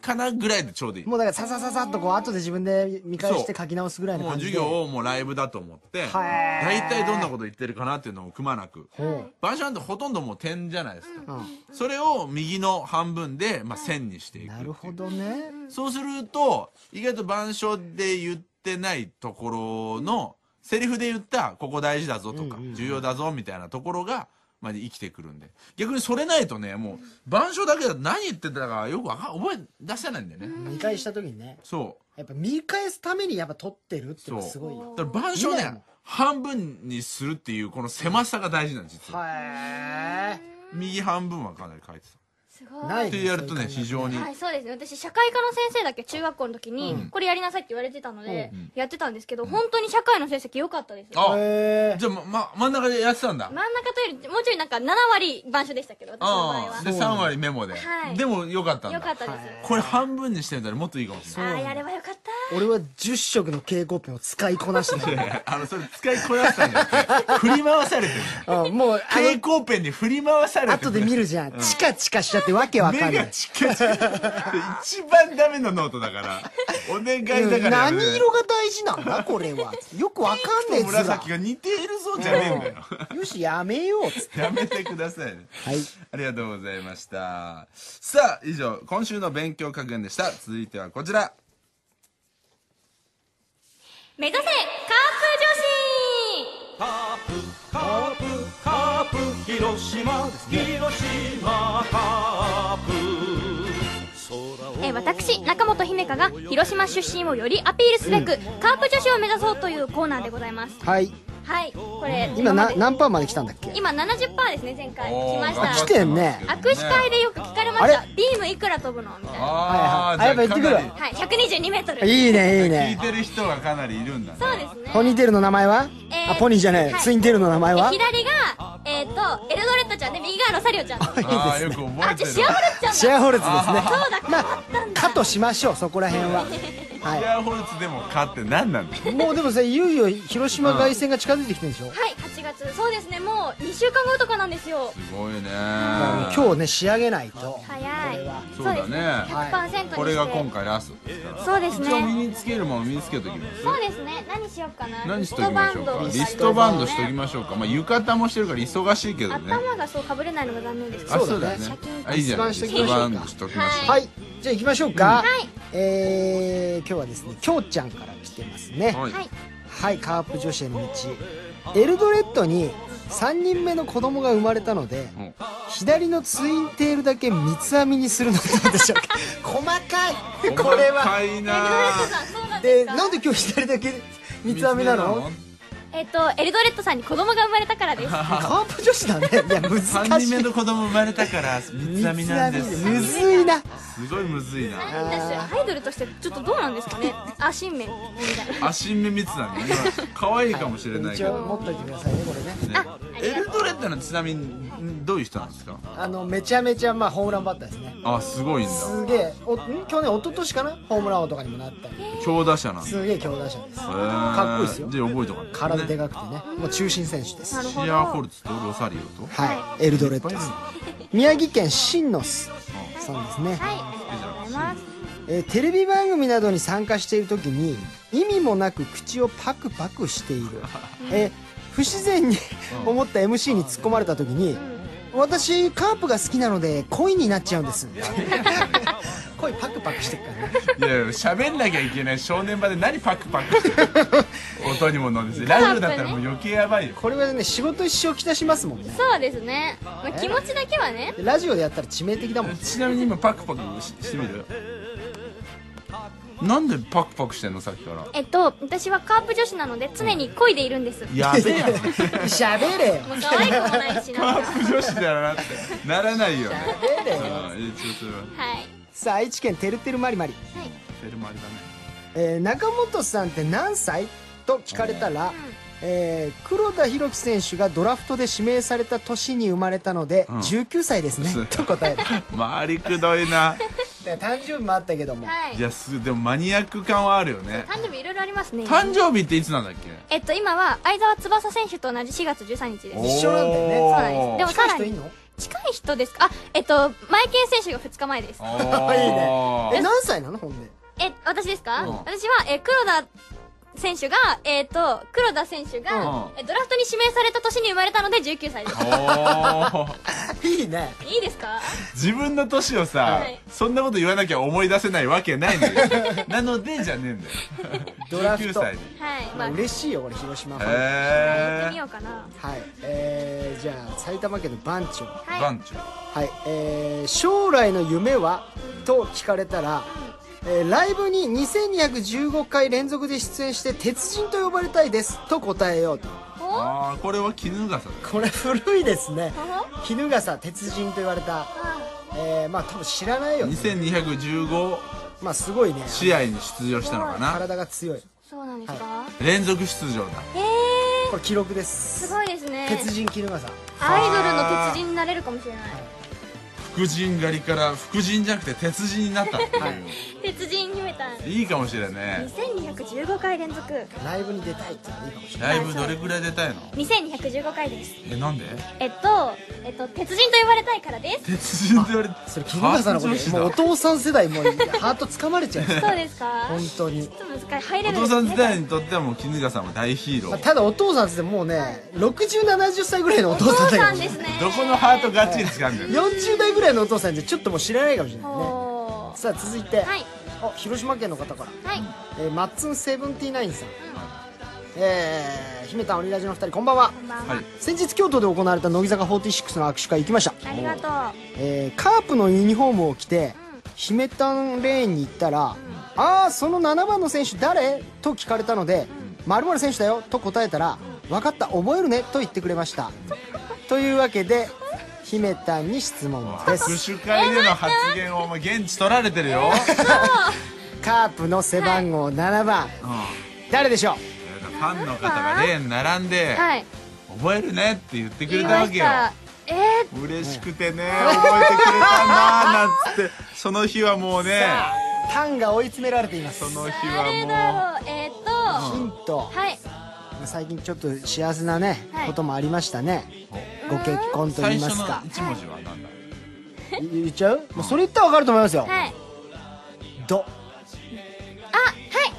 E: かなぐらいでちょうどいい
F: もうだからささささっとこう、後で自分で見返して書き直すぐらいの
E: もう
F: 感じ
E: 授
F: で。
E: 業をもうライブだと思って、
F: ー
E: 大体どんなこと言ってるかなっていうのをくまなく。
F: ほ
E: 板書なんてほとんどもう点じゃないですか。
F: う。うん
E: それを右の半分で、まあ、線にしていく。
F: なるほどね。
E: そうすると、意外と板書で言ってないところの、セリフで言った、ここ大事だぞとか、重要だぞみたいなところが、まあ、生きてくるんで。逆にそれないとね、もう、板書だけだと何言ってたかよくわか覚え出せないんだよね。
F: 見返した時にね。
E: そう。
F: やっぱ見返すためにやっぱ撮ってるってのがすごいよ。
E: だから板書
F: 見ないもん
E: ね、半分にするっていう、この狭さが大事なんです、実は。
F: へ
E: 右半分はかなり書いてた。
A: すごい。
F: ないね
E: ってやると
F: そ
E: ね、
F: うい
E: 非
F: う考
E: 常に。
A: はい、そうですね。私、社会科の先生だけ中学校の時に、これやりなさいって言われてたので、やってたんですけど、本当に社会の成績良かったです。
E: あ、
F: え
E: じゃあ、ま、ま、真ん中でやってたんだ
A: 真ん。中というより、もうちょいなんか7割板書でしたけど、私の場合
E: ああ、で、3割メモで
A: は。い
E: でも、よかった
A: は。
E: ん
A: 良か
E: だ
A: っ。たです。
E: これ半分にしてみたらもっといいかもしれ
A: あ
E: ない。
A: あ、やればよかった。
F: 俺は10色の蛍光ペンを使いこなして る
E: あの、それ使いこなしたんだって。振り回されてる。
F: うんもうあ
E: 蛍
F: の
E: 光ペンに振り回されてる。
F: 後で見るじゃんチカチカしちゃってわけわか
E: 目
F: んな
E: が
F: い
E: チカチカ。一番ダメなノートだから。お願いだから
F: うん
E: やめ
F: 何
E: て。
F: 色が大事なんだこれはよくわかんねえ
E: と
F: ずら
E: 紫が似ているぞじゃねえ んだよ。
F: うんよしやめようっつって
E: やめてくださいね。
F: はい
E: ありがとうございました。さあ、以上、今週の勉強格言でした。続いてはこちら。
A: 目指せカープ女子えー私中本姫香が広島出身をよりアピールすべく、カープ女子を目指そうというコーナーでございます
F: はい
A: はいこれ
F: 今な
A: 今ま
F: 何パーまで来たんだっけ
A: で今70%ですね前回来まし
E: おー頑張
A: た
E: っ
F: 来てんね
A: 握手会でよく聞かれま
F: あ
A: し
F: れ
A: たビームいくら飛ぶのみたいなは
E: あー
F: はいはいあやっぱ
E: じゃ
F: 言って
A: い122メートル
F: いいねいい
E: かなり聞
F: ね
E: いてる人がかなりいるんだね。
A: そうですね
F: ポニーテールの名前は
A: えー
F: あポニーじゃねえ
A: はい
F: ツインテールの名前
A: え
F: は
A: 左がえっ、とエルドレッドちゃんで右がロサリオちゃんあ
E: ああ、よく覚え
A: じ
E: て
A: ゃシ
E: る。
A: アホルツちゃん だ
F: シェアホルツですね
A: そうだ
F: まあカットしましょうそこら辺は
E: シ
F: は
E: ェアホルツでも勝って何なんだ
F: いもうでもさいよいよ広島凱旋が近づいてきてるんでしょ
A: はい、8月、そうですね、もう2週間後とかなんですよ。
E: すごいね。
F: 今日ね仕上げないと
A: 早い。
E: そうだね
A: 100%にして。
E: これが今回ラストですから。
A: そうです
E: 一応身
A: ね。
E: につけるもの身につけときます。
A: そうですね、何しようかな。
E: 何しときましょうか。リストバンドしときましょうか。まあ浴衣もしてるから忙しいけどね。
A: 頭がそう被れないのが残念ですけ
E: あ、
A: ど。
E: そうだね
A: シャキン。と
E: あ、いいじゃない。リ
F: 一番しと
E: ス
F: きましょうか
E: トバンドしときましょう。
F: はい、じゃあ行きましょうか。
A: はい
F: えー、今日はですね、きょうちゃんから来てますね。
E: はい
A: はい。
F: はい、カープ女子への道。エルドレッドに3人目の子供が生まれたので、
B: ん
F: 左のツインテールだけ三つ編みにするのはどうでしょうか 細かいこれは
E: 深いな
A: さんそうなんで
F: です
A: か
F: なんで今日左だけ三つ編みなの
A: えっとエルドレッドさんに子供が生まれたから です
F: カープ女子だねいや
E: 3
F: 難し
E: 人
F: い
E: 目の子供生まれたから三つ編みなんです
F: 三つ編みむずいな
E: すごいむずいな
A: 私アイドルとしてちょっとどうなんですかねアシンメンみたいな
E: 足目三つ編み可愛いかもしれないけ
F: 一応
E: ど
F: 持っといてくださいねこれね
E: エルドレッドのちなみにどういう人なんですか
F: あのめちゃめちゃまあホームランバッターですね
E: あすごいんだ
F: すげえおん去年一昨年かなホームラン王とかにもなったり
E: 強打者なんだ
F: すげえ強打者です
E: へー
F: かっこいいですよ
E: で覚えとかないと
F: 体
E: ね
F: でかくてねもう中心選手です
A: なる
E: シ
A: ほ
E: アーホ
A: ど
E: ルツとロサリオと
F: はいエルドレッドです宮城県新野市さんですね、
A: はいありがとうございます
F: えーテレビ番組などに参加している時に意味もなく口をパクパクしている、えー不自然に思った MC に突っ込まれた時に「私カープが好きなので恋になっちゃうん です」恋パクパクしてっからね
E: いやいや喋んなきゃいけない少年場で何パクパク してる音にも乗んですラジオだったらもう余計やばいよ
F: これはね仕事一生きたしますもんね
A: そうですね、まあ、気持ちだけはね
F: でラジオでやったら致命的だ もん
E: ちなみに今パクパクししてみるなんでパクパクしてんのさっきから
A: えっと私はカープ女子なので常に漕いでいるんです
E: やべえやつ
F: 喋れよ
A: もう可愛くもないし
E: パ
A: なんか
E: ク女子だなってならないよね
F: 喋れ
E: うん
F: よ
E: 一応それは
A: はい
F: さあ愛知県てるてるまりまり
E: フェルマリだね
F: えー中本さんって何歳と聞かれたら、えー黒田博樹選手がドラフトで指名された年に生まれたので、19歳ですねと答え た
E: 周りくどいな
F: で誕生日もあったけども
A: はい
E: いやすでもマニアック感はあるよね
A: 誕生日いろいろありますね
E: 誕生日っていつなんだっけ
A: えっと今は相澤翼選手と同じ4月13日です
F: 一緒なんだよねそう
A: なんですでも
F: 近い人いんの
A: 近い人ですかあえっとマイケン選手が2日前です
E: おー
F: いいえ何歳なのほんで
A: え私ですか、
E: うん
A: 私は、え黒田選手がえっ、と黒田選手が、
E: うん
A: えドラフトに指名された年に生まれたので19歳です
E: おー
F: いいね
A: いいですか
E: 自分の年をさ、
A: はい
E: そんなこと言わなきゃ思い出せないわけないの よなのでじゃねえんだよ
F: ドラフ
E: 19
F: ト
E: 歳で
A: はいま
F: ま
A: あ
F: あ嬉しいよ俺広島ファン
A: やって
E: へ
A: みようかな
F: はいえー、じゃあ埼玉県の番長は
E: え
A: はい
E: 番長
F: いえー、将来の夢はと聞かれたら、えーライブに2215回連続で出演して鉄人と呼ばれたいですと答えようと
A: お
E: ああこれは衣笠だ
F: これ古いです ね
A: お
F: 衣笠鉄人と言われた、えー、まあ多分知らないよね
E: 2215
F: まあすごいね
E: 試合に出場したのかな
F: 体が強い
A: そうなんですか、
E: 連続出場だ
A: え
F: これ記録で
A: ー、す
F: す
A: ごいですね
F: 鉄人衣笠
A: アイドルの鉄人になれるかもしれない
E: 副陣狩りから副陣じゃなくて鉄人になったっていう、
A: 鉄人姫たん
E: い、いかもしれね
A: 2215回連続
F: ライブに出たいっていうのがいいかもしれない
E: ライブどれくらい出たいの
A: 2215回です
E: えなんで
A: えっとえっと鉄人と呼ばれたいからです
E: 鉄人って言われて
F: それ衣笠のこ
E: 女子
F: と
E: だ
F: もうお父さん世代もうハート掴まれちゃう
A: そうですか
F: 本当に
A: ちょっと難しい入れ
E: お
A: る
E: 父さん時代にとってはもう衣笠も大ヒーロ
F: まあ
E: ー
F: ただお父さんってもうね6070歳ぐらいのお
A: お
F: 父
A: 父
F: さんだ
A: さ
F: か
A: ん
F: ら
A: ですね
E: どこのハートがっちり掴んでる
F: 40代ぐらいのお父さんじゃちょっともう知らないかもしれないね
A: おー
F: さあ続いて、
A: はい
F: あ広島県の方から、
A: はい
F: えーマッツンセブンティナインさん、えー、姫たんオリラジのお二人こんばんは
A: こんばんは
E: はい
F: 先日京都で行われた乃木坂46の握手会行きました、
A: ありがとう
F: えーカープのユニフォームを着て姫たんレーンに行ったら「ああその7番の選手誰?」と聞かれたので「まる選手だよ」と答えたら「分かった覚えるね」と言ってくれましたというわけで姫たんに質問です
E: 握手会での発言をお前現地取られてるよ、
F: カープの背番号7番
E: うん
F: 誰でしょう
E: ファンの方がレーン並んで
A: はい
E: 「覚えるね」って言ってく
A: 言
E: れ
A: い
E: た
A: ま
E: わけ
A: し
E: よ
A: たえー
E: 嬉しくてね覚えてくれたなーなんつってその日はもうね
F: タンが追い詰められています
E: その日
A: 誰
E: は
A: だろうえーっ
F: ヒ
A: と
F: ント
A: はい
F: 最近ちょっと幸せなね
A: はい
F: こともありましたねご結婚
E: もう
F: と言
E: 最
F: いま
E: 初
F: す
E: の
F: か
E: 1文字は何
F: い
E: だ
F: 言っちゃうもうそれ言ったら分かると思いますよ
A: はい
F: ど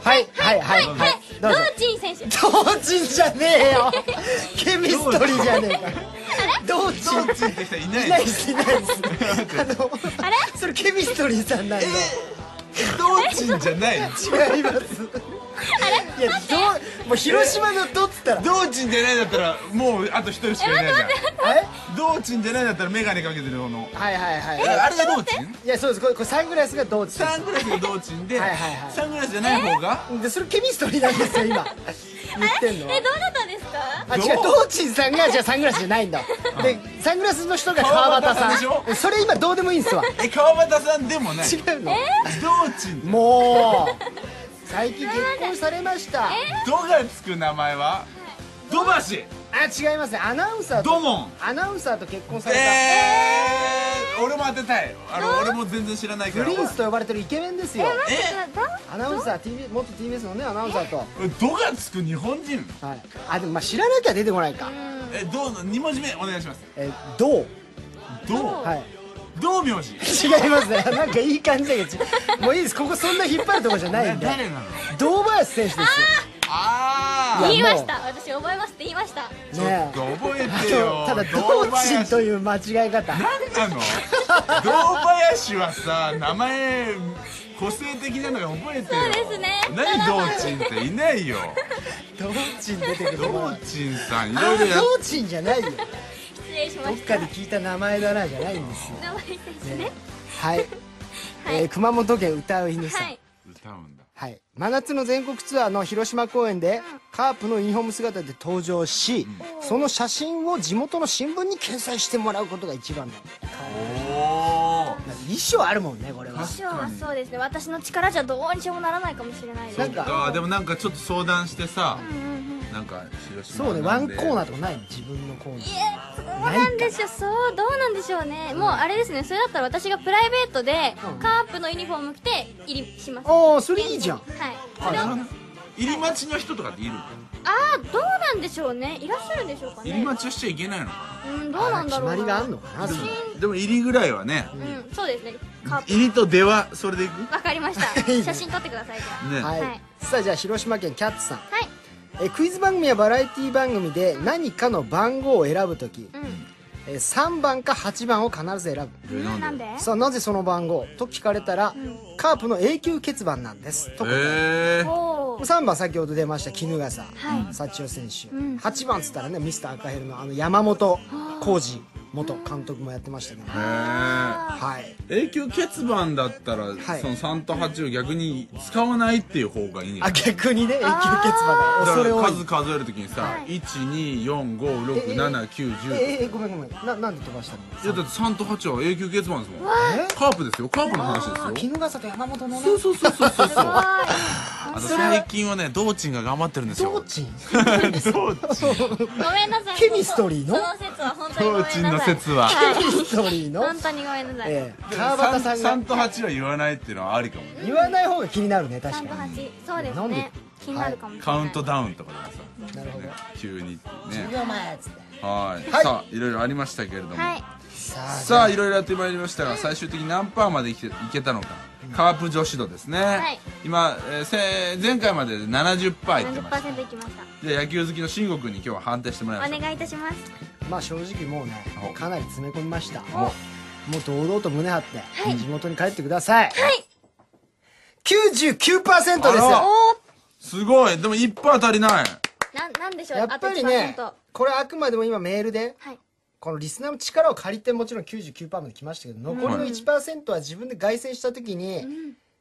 A: あはい
F: はいはいはい
A: はい
F: はいどう
A: ド
F: ぞ
A: ーチン選手
F: 同人じゃねえよケミストリーじゃねえか同人
E: ついてきたいないい
F: ない
E: で
F: ですすいないですあの
A: あれ
F: それケミストリーさんなんで
E: 同人じゃない
F: 違いますあれいやもう広島のどっつったら
E: 道珍じゃないだったらもうあと一人しかいないじゃん
F: え
E: 道珍じゃないだったら眼鏡かけてる方の
F: はいはいはい
E: あれが道珍
F: いやそうですこれこれサングラスがどうつ
E: サングラスが道珍で
F: はいはいはい
E: サングラスじゃない方が
F: でそれケミストリーなんですよ 今言ってんのは
A: えどうだったんですか
F: あ違う道珍さんがじゃあサングラスじゃないんだでサングラスの人が川端
E: 川端
F: さ
E: さん
F: んそれ今どうでもいいんすわ
E: え川端さんでもない
F: 違うの
E: 道 珍
F: もう最近結婚されましたあ
E: 「ど」がつく名前は土橋
F: 違いますねアナウンサー
E: 土
F: と
E: 門
F: アナウンサーと結婚された
E: えー、俺も当てたいあの俺も全然知らないか
F: プ
E: ら
F: リンスと呼ばれてるイケメンですよ
E: え
F: アナウンサー TV 元 TBS のねアナウンサーと
E: どがつく日本人
F: はいあでもまあ知らなきゃ出てこないか
E: えどう二文字目お願いします
F: えどう
E: どう
F: はい
E: 道明寺
F: 違いますねなんかいい感じだけどもういいですここそんな引っ張るとこじゃないんで
E: 誰なの
F: 堂林選手ですよ
E: あ
F: い
A: 言い
F: や
A: ま
F: もう
A: した私覚えますって言いました
E: あちょっと覚えてよ
F: ただ道珍
E: 林
F: という間違い方
E: 何なの堂林はさ名前個性的なのが覚えてよ
A: そうですね
E: 何道珍っていないよ
F: 道珍出てくる
E: 道珍さんいろいろや
F: 道珍じゃないよ
A: 失礼しま
F: どっ
A: した
F: かで聞いた名前だなじゃないんですよ
A: 名前ですね
F: はい、えー熊本県歌う犬さん、
A: は
F: はいい
E: 歌うんだ
F: 真夏の全国ツアーの広島公演でカープのユニフォーム姿で登場し、その写真を地元の新聞に掲載してもらうことが一番だ
E: おお
F: 衣装あるもんねこれは
A: 師匠はそうですね私の力じゃどうにしようもならないかもしれないです
F: なんか
E: あーでもなんかちょっと相談してさ、なんか広島
F: そうねワンコーナー
E: ー
F: とかないの自分のコーナー
A: いえそうなんでしょうそうどうなんでしょうねもうあれですねそれだったら私がプライベートでカープのユニフォーム着て入りしますはい
F: ああそれいいじゃん
A: それをあ
E: 入り待ちの人とかっているの
A: あーどうなんでしょうねいらっしゃるんでしょうか
E: 入り
A: ね
E: 待ちをしちゃいけないのか
A: うんどうなんだ
F: 決
A: ろう
F: ま
A: な
F: りがあんのかなそれ
E: なでも入りぐらいはね
A: うんそうですねカ ープ
E: 入りと出はそれでいく
A: わかりました写真撮ってくださいじゃ
E: ね、
F: はい、
A: はい
F: さあじゃあ広島県キャッツさん
A: あはい
F: えークイズ番組やバラエティ番組で何かの番号を選ぶとき、えー3番か8番を必ず選ぶ
A: うんなんで
F: さあなぜその番号と聞かれたら、カープの永久欠番なんですと答え
E: えー、
A: おー
F: 3番先ほど出ました衣笠、
A: はい
F: 幸代選手、8番っつったらねミスター赤ヘルのあの山本浩二元監督もやってましたけど、はい
H: 永久欠番だったら、
F: い
H: その3と8を逆に使わないっていう方がいいんや
F: あ逆にね永久欠番が
H: だか
F: 恐れ
H: ら
F: 多い
H: 数数えるときにさ、124567910
F: えーえーごめんごめんななんで飛ばしたの
H: いやだって3と8は永久欠番ですもん
F: え
H: カープですよカープの話ですよ
F: 衣笠と山本のね
H: そうそうそうそうそうそう あ
A: わ
E: あと最近はね道珍が頑張ってるんです
F: ど
E: よ
F: っち
A: ーいごめんなさい
F: ケミストリーの
A: その説は本当にごめんなさい
E: 道珍の説は
A: はい
F: ストーリ ーの
A: 本当にごめんなさい
F: ええ川端さんが
E: 3と8は言わないっていうのはありかもね
F: 言わない方が気になるね確
A: 三と
F: かに
A: 八そうです
F: なんで
A: ね気になるかもしれない
E: カウントダウンとかでもさ
F: なるほど
E: 急にね
F: 10秒前っつって
E: はい
F: はい
E: さあいろいろありましたけれども、
A: はい
F: さあ
E: さあいろいろやってまいりましたが最終的に何パーまでいけいけたのかカープ女子度ですね、
A: はい
E: 今、えーせ前回までで70パーいってました
A: 70%いきました
E: じゃあ野球好きの慎吾君に今日は判定してもらいましょ
A: お願いいたします
F: まあ正直もうね
E: お
F: かなり詰め込みました
E: お
F: もう堂々と胸張って地元に帰ってください
A: はい
F: 99%です
E: あら
F: よ
A: おー
E: うすごいでも1パー足りない
A: なんなんでしょう
F: やっぱりね
A: あと1%
F: これあくまでも今メールで
A: はい
F: このリスナーの力を借りてもちろん99%まで来ましたけど残りの1%は自分で凱旋した時に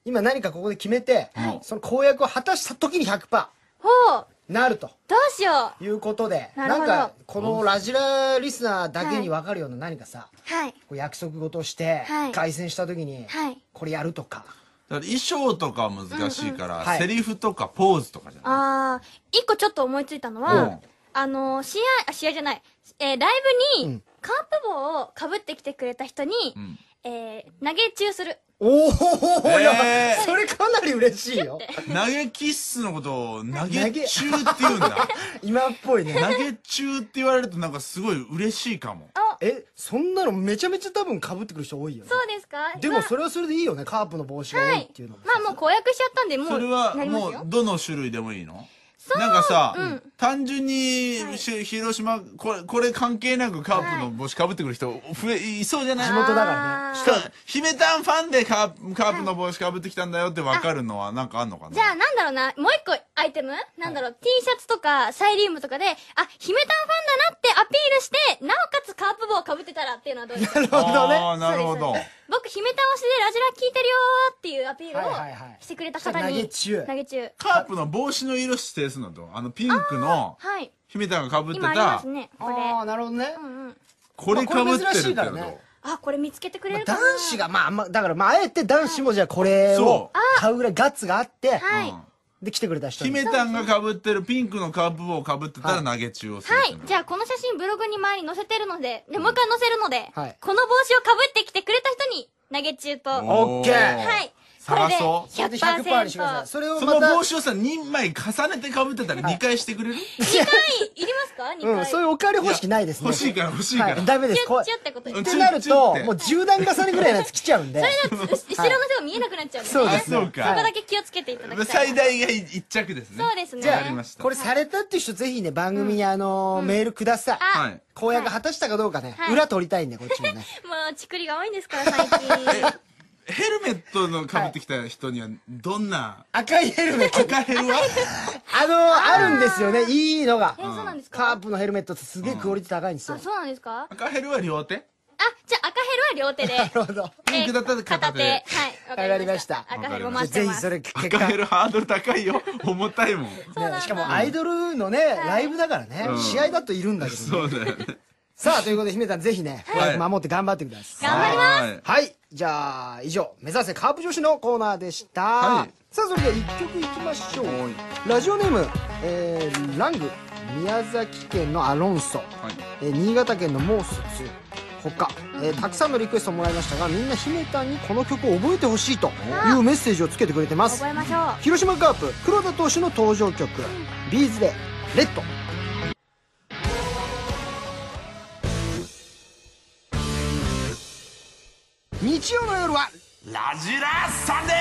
F: 今何かここで決めてその公約を果たした時に100%
A: ほう
F: なると
A: どうしよう
F: いうことで
A: な
F: な
A: るほ
F: ん
A: ど
F: かこのラジラリスナーだけに分かるような何かさ、
A: はい
F: こう約束事をして
A: はい
F: 凱旋した時に
A: はい
F: これやるとか、
E: だから衣装とかは難しいから、
F: んはい
E: セリフとかポーズとかじゃない
A: あー一個ちょっと思いついたの
E: う
A: は
E: ん
A: あのー試合あ試合じゃない、えーライブにカープ帽をかぶってきてくれた人に、えー投げ中する
F: おお、
E: えー
F: やばいそれかなり嬉しい よ
E: 投げキッスのことを投げ中って言うんだ
F: 今っぽいね
E: 投げ中って言われるとなんかすごい嬉しいかも
F: えそんなのめちゃめちゃ多分かぶってくる人多いよね
A: そうですか
F: で
A: ま
F: も
A: あ
F: それはそれでいいよねカープの帽子が多
A: はい
F: っ
A: い
F: ていうのも、
A: まあもう公約しちゃったんでもう
E: それは
A: やります
E: もう
A: よ
E: どの種類でもいいのなんかさ、単純にし、広島これこれ関係なくカープの帽子かぶってくる人増えいそうじゃない
F: 地元だからね。
E: しかも姫たんファンでカープカープの帽子かぶってきたんだよって分かるのはなんかあんのかな
A: じゃあ、なんだろうな、もう一個アイテムなんだろう、T シャツとか、サイリウムとかで、あ、姫タンファンだなってアピールして、なおかつカープ帽を被ってたらっていうのはどうですか
F: なる ほどね。
E: あーなるほ
A: そう
E: ど
A: です僕、姫タン推しでラジラ聞いてるよーっていうアピール
F: はいはいは
A: を
F: い
A: してくれた方
F: 投
A: に。
F: げ中
A: 投げ中。
E: カープの帽子の色指定するのとあのピンクの
A: はい。
E: 姫たんがかぶって
A: 今ありま
E: た
A: すね、これ。
F: ああ、なるほどね。
E: これかぶってる
F: まあこれ
E: ってこ
F: 珍しいから
E: と
F: ね
A: あ、これ見つけてくれるかな
F: 男子が、まあ、まあ、だから、まあ、あえて男子もじゃあこれ
E: そ
F: を買うぐらいガッツがあって、
A: はい。
F: で、来てくれた人に。
E: 姫たんがかぶってるピンクのカープ帽をかぶってたら投げ中をする
A: は
E: ってう
A: い
E: の。
A: じゃあ、この写真ブログに前に載せてるので、で、もう一回載せるので、
F: はい
A: この帽子を被ってきてくれた人に、投げ中と。は
E: お
F: オッケー
A: い。これ
E: 探
A: で
E: そう
F: それで100%にしてください。
A: 100%。
F: それを
E: そ
F: ま
E: の
F: た、
E: 帽子をさ2枚重ねてかぶってたら2回してくれる
A: いりますか ?2 回。
F: うん、そういうおかわり方式ないですね。
E: 欲しいから欲しいから
F: はい、ダメです。こう
A: チュッチュってことで
E: う
A: す
E: ん
A: ね。
F: ってなる
E: チュッ
F: と
E: チュッて、
F: もう10段重ねぐらいのやつ来ちゃうんで。
A: う後ろの人が見えなくなっちゃうんでね。
F: そうです
A: そ
F: ね。
E: そうか
A: こ
F: はい
A: だけ気をつけていただきたい。
E: 最大が1着ですね
A: そうですね。
F: じゃあ
E: わかりました
F: これされたっていう人ぜひね、番組にあのー、メールください。
A: あ
E: はい
F: 公約果たしたかどうかね、
A: はい
F: 裏取りたいんで、こっちもね。
A: もう、ちくりが多いんですから、最近。
E: ヘルメットのかぶってきた人にはどんな
F: 赤いヘルメット。
E: 赤ヘルは
F: あのー、あるんですよね、いいのが
A: え、。そうなんです
F: カー
A: か
F: プのヘルメットってすげえクオリティ高いんですよ
A: あ、。そうなんですかあ、
E: 赤ヘルは両手
A: じゃあ赤ヘルは両手で。
F: なるほど。
E: ピンクだったら片手
A: はい。わ
F: わかりました
A: 赤ヘルを
F: じゃあ
A: 待って
F: ぜ
A: ま
F: ひそ
A: す。
F: れ結果、
E: 赤ヘルハードル高いよ重たいもん
F: ね、しかもアイドルのね、ライブだからね、試合だといるんだけどね。
E: そうだよね
F: さあ、ということで、姫さんぜひね、公約守って頑張ってください。
A: 頑張ります。
E: はい
F: はい。じゃあ、以上、目指せカープ女子のコーナーでした。
E: はい
F: さあ、それでは1曲いきましょう。ラジオネーム、えー、ラング、宮崎県のアロンソ、えー新潟県のモースツ、他、えーたくさんのリクエストもらいましたが、みんな姫たんにこの曲を覚えてほしいというメッセージをつけてくれてます
A: 覚。えましょう。
F: 広島カープ、黒田投手の登場曲、ビーズで、レッド。日曜の夜は
I: ラジラサンデ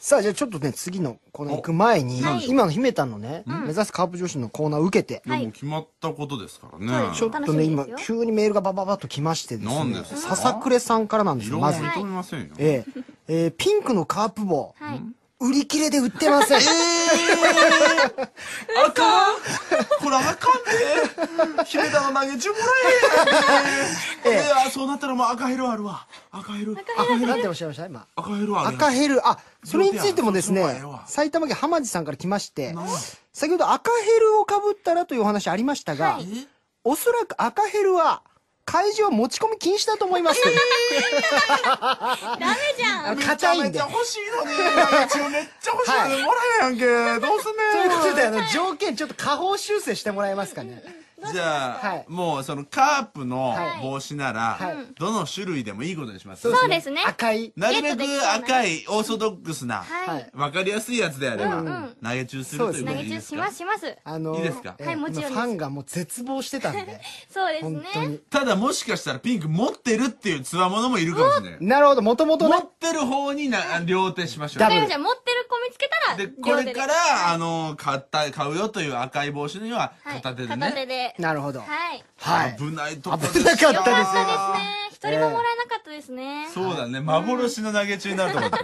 F: さあじゃあちょっとね次のコーナー行く前に、
A: はい
F: 今の姫たんのね、目指すカープ女子のコーナーを受けて、
A: はい
J: もう決まったことですからね
A: そ
F: ちょっ
A: うで
F: と
A: 楽しみ
F: ね
A: です
F: 今
A: よ
F: 急にメールがバババッと来ましてですね
J: 何ですか
F: 笹暮さんからなんです
J: 色
F: よ
J: も
F: まず、
J: 認めませんよ、
F: えええーピンクのカープ帽、
A: はい。
F: 売り切れで売ってま せん、
E: あかんこれあかんで姫田の投げ中もらえへんであそうなったらもう赤ヘルあるわ赤ヘル
F: 赤ヘルっておっしゃいました今
E: 赤ヘルある
F: 赤ヘルあそれについてもです
E: そうだ
F: ね
E: よ
F: 埼玉県浜地さんから来まして先ほど赤ヘルをかぶったらというお話ありましたが、おそらく赤ヘルは会場持ち込み禁止だと思い ます
A: ダメじゃん。
F: あの硬いんで
E: めっちゃ欲しいのに投げ中めっちゃ欲しいのにもらえへんやんけどうす ん
F: と
E: ね
F: い
E: ん
F: うことで、あの、条件ちょっと下方修正してもらえますかね。
E: じゃあ、
F: はい
E: もうそのカープの
F: はい
E: 帽子なら、
F: はい
E: どの種類でもいいことにします。
A: そうですね。
F: 赤い。
E: なる
A: ゲ
E: べ
A: ット
E: く
A: できそうな
E: 赤いオーソドックスな、
F: は
A: はいい。
E: わかりやすいやつであれば、
A: うんうん
E: 投げ中するとい
A: 投
E: うことで
A: げ
E: いいで
A: 中
E: す
A: し
E: か
A: ます、します。
F: あの、
E: いいですか
F: え
A: はいもちろんです
F: 今ファンがもう絶望してたんで。
A: そう です
F: 本当
A: ね。
F: に。
E: ただもしかしたらピンク持ってるっていうつわものもいるかもしれない。
F: なるほど、もともと
E: 持
F: ね
E: っ。てる方にな両手しましょ
F: ダ
A: わか
F: ブ
A: り
F: ル
A: ました。持ってる子見つけたら
E: う。で、、これ
A: 両手で
E: から、あの、買った、買うよという赤い帽子には
A: はい
E: 片手でね。
A: 片手で。
F: なるほど。
A: はい。
F: はい。
E: 危ないとこ
F: 危なかっ
A: よ
F: た
A: か
F: で
A: っ
F: す
A: たですね。一人ももらえなかったですね。
E: そうだね。幻の投げ中になると思った。ハ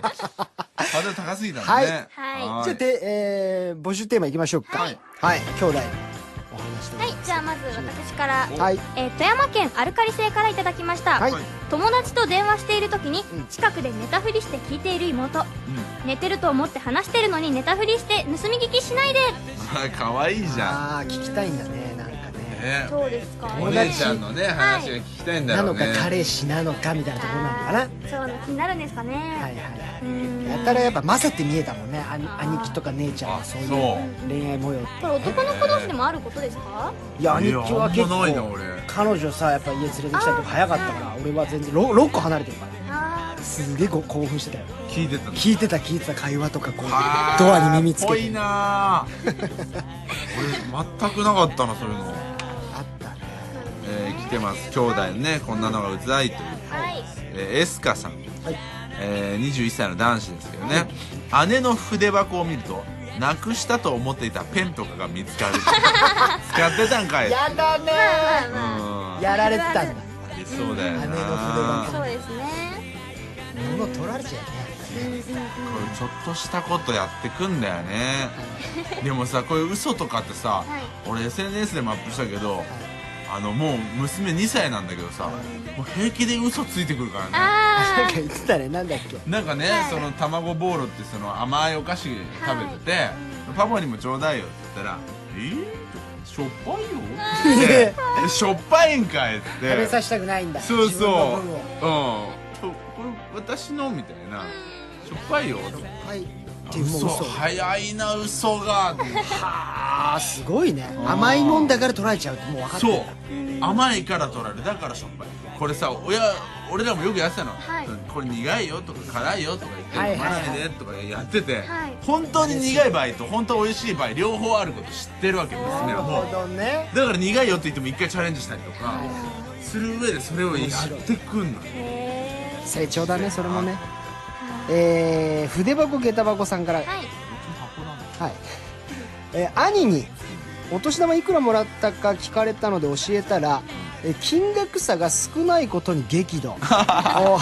E: ードル高すぎたん
F: はい
E: ね。
A: はい
E: は
F: じゃあ、で、えー、募集テーマいきましょうか。
A: はい。
F: はい。兄弟。お話して
A: はい、じゃあまず私から。
F: はい。
A: えー富山県アルカリ性からいただきました、
F: はい。
A: 友達と電話している時に
F: うん
A: 近くで寝たふりして聞いている妹、寝てると思って話してるのに寝たふりして盗み聞きしないで
E: あ可愛いじゃん。
F: ああ、聞きたいんだね、なんかね。
E: ね
A: そうですか
E: お姉ちゃんのね、話が聞きたいんだ
F: な
E: ろ
F: の
E: う
F: か
E: ね。
F: 彼氏なのかみたいなところなのかな。は
A: そうな気になるんですかね、
F: いはいは
A: う
F: い。
A: ん
F: やたらやっぱ混ぜて見えたもんね。兄兄貴とか姉ちゃんはそういう
E: そ
F: 恋愛模様
A: これ男の子同士でもあることですか
F: いや、兄貴は結
E: いやあんまないな
F: 構
E: 俺
F: 彼女さ、やっぱ家連れてきたりとか早かったから、俺は全然 6, 6個離れてるか
A: あ
F: ら、すげえこ興奮してたよ。
E: う。聞いてたの。
F: 聞いてた聞いてた会話とか、こう、ドアに耳つけ
E: ぽ
F: て
E: い。なぁ 俺全くなかったなそういうの
F: あったね。
E: えー、来てます兄弟ねこんなのがうざいという、
A: はい
E: えーエスカさん、ええー21歳の男子ですけどね姉の筆箱を見るとなくしたと思っていたペンとかが見つかる使ってたんかい
F: やだね
E: うんあ
F: やられてたんだ
E: りそうだよな
F: 姉の筆箱
A: そうですね
F: 物取られちゃう
E: こういうちょっとしたことやってくんだよねでもさこういう嘘とかってさ、俺 SNS でもアップしたけど、あのもう娘2歳なんだけどさ、もう平気で嘘ついてくるからね
A: あ
F: なんか言ってたねなんだっけ
E: なんかね、その卵ボーロってその甘いお菓子食べてて、パパにもちょうだいよって言ったら「えー、しょっぱいよ」って言って「しょっぱいんかい」って
F: 食べさせたくないんだ
E: そう
F: 自分
E: そ
F: の
E: う
F: 分を
E: うんここれ私のみたいな「しょっぱいよ」って
F: はいっていうもう
E: 嘘
F: 嘘
E: 早いな嘘が
F: あーすごいね甘いもんだから取られちゃうってもう分かって
E: そ
F: る
E: う甘いから取られるだからしょっぱいこれさ親俺らもよくやってたの、
A: はい
E: これ苦いよとか辛いよとか言っ
F: はいは
E: て
F: い
E: 飲ま
F: はい
E: ないでとかやってて、
A: はい
E: 本当に苦い場合と本当美味しい場合両方あること知ってるわけですね
F: なる
E: も
F: ほどね
E: うだから苦いよって言っても一回チャレンジしたりとかする上でそれをやってくんの
A: ーへ
F: 成長だねそれもねえー、筆箱下駄箱さんから
A: ーはい
F: はい、えー兄にお年玉いくらもらったか聞かれたので教えたら、えー金額差が少ないことに激 怒お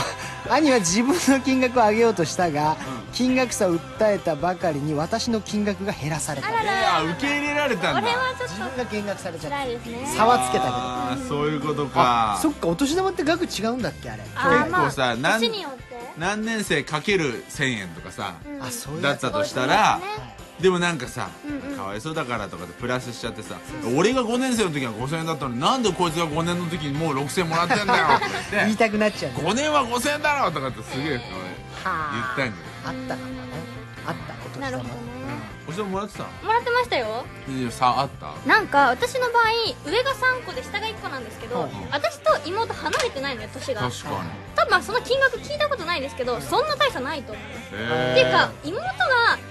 F: 兄は自分の金額を上げようとしたが、金額差を訴えたばかりに私の金額が減らされた
E: えー、あ受け入れられたん
A: これ
E: だ
A: はちょっ
F: 自分が減額 されち
A: と
F: ゃっ
A: 辛いですね
F: た差はつけたけど
E: あーそういうこと
F: あ
E: か
F: そっかお年玉って額違うんだっけあれ
A: あーまあ
E: 結構さなん
A: 年によって
E: 何年生かける1000円とかさ、
F: あそういう
E: だ
F: や
E: っ
F: つ
E: たとしたら
A: そうです
E: でもなんかさ、かわいそうだからとかでプラスしちゃってさ俺が5年生の時は5000円だったのになんでこいつが5年の時にもう6000円もらってんだよとか言
F: 言
E: っ
F: い
E: て
F: たくなっちゃうね
E: 5年は5000円だろとかってすげえ俺言ったんだよ
F: あったかもねあったお
A: な
F: 年
A: る
F: 玉
A: ほどね
E: お人もらってた
A: もらってましたよ
E: いやさあった
A: なんか私の場合上が3個で下が1個なんですけど、私と妹離れてないのよ年が
E: 確かに
A: 多分その金額聞いたことないですけどそんな大差ないと思う
E: へ
A: っていうか妹が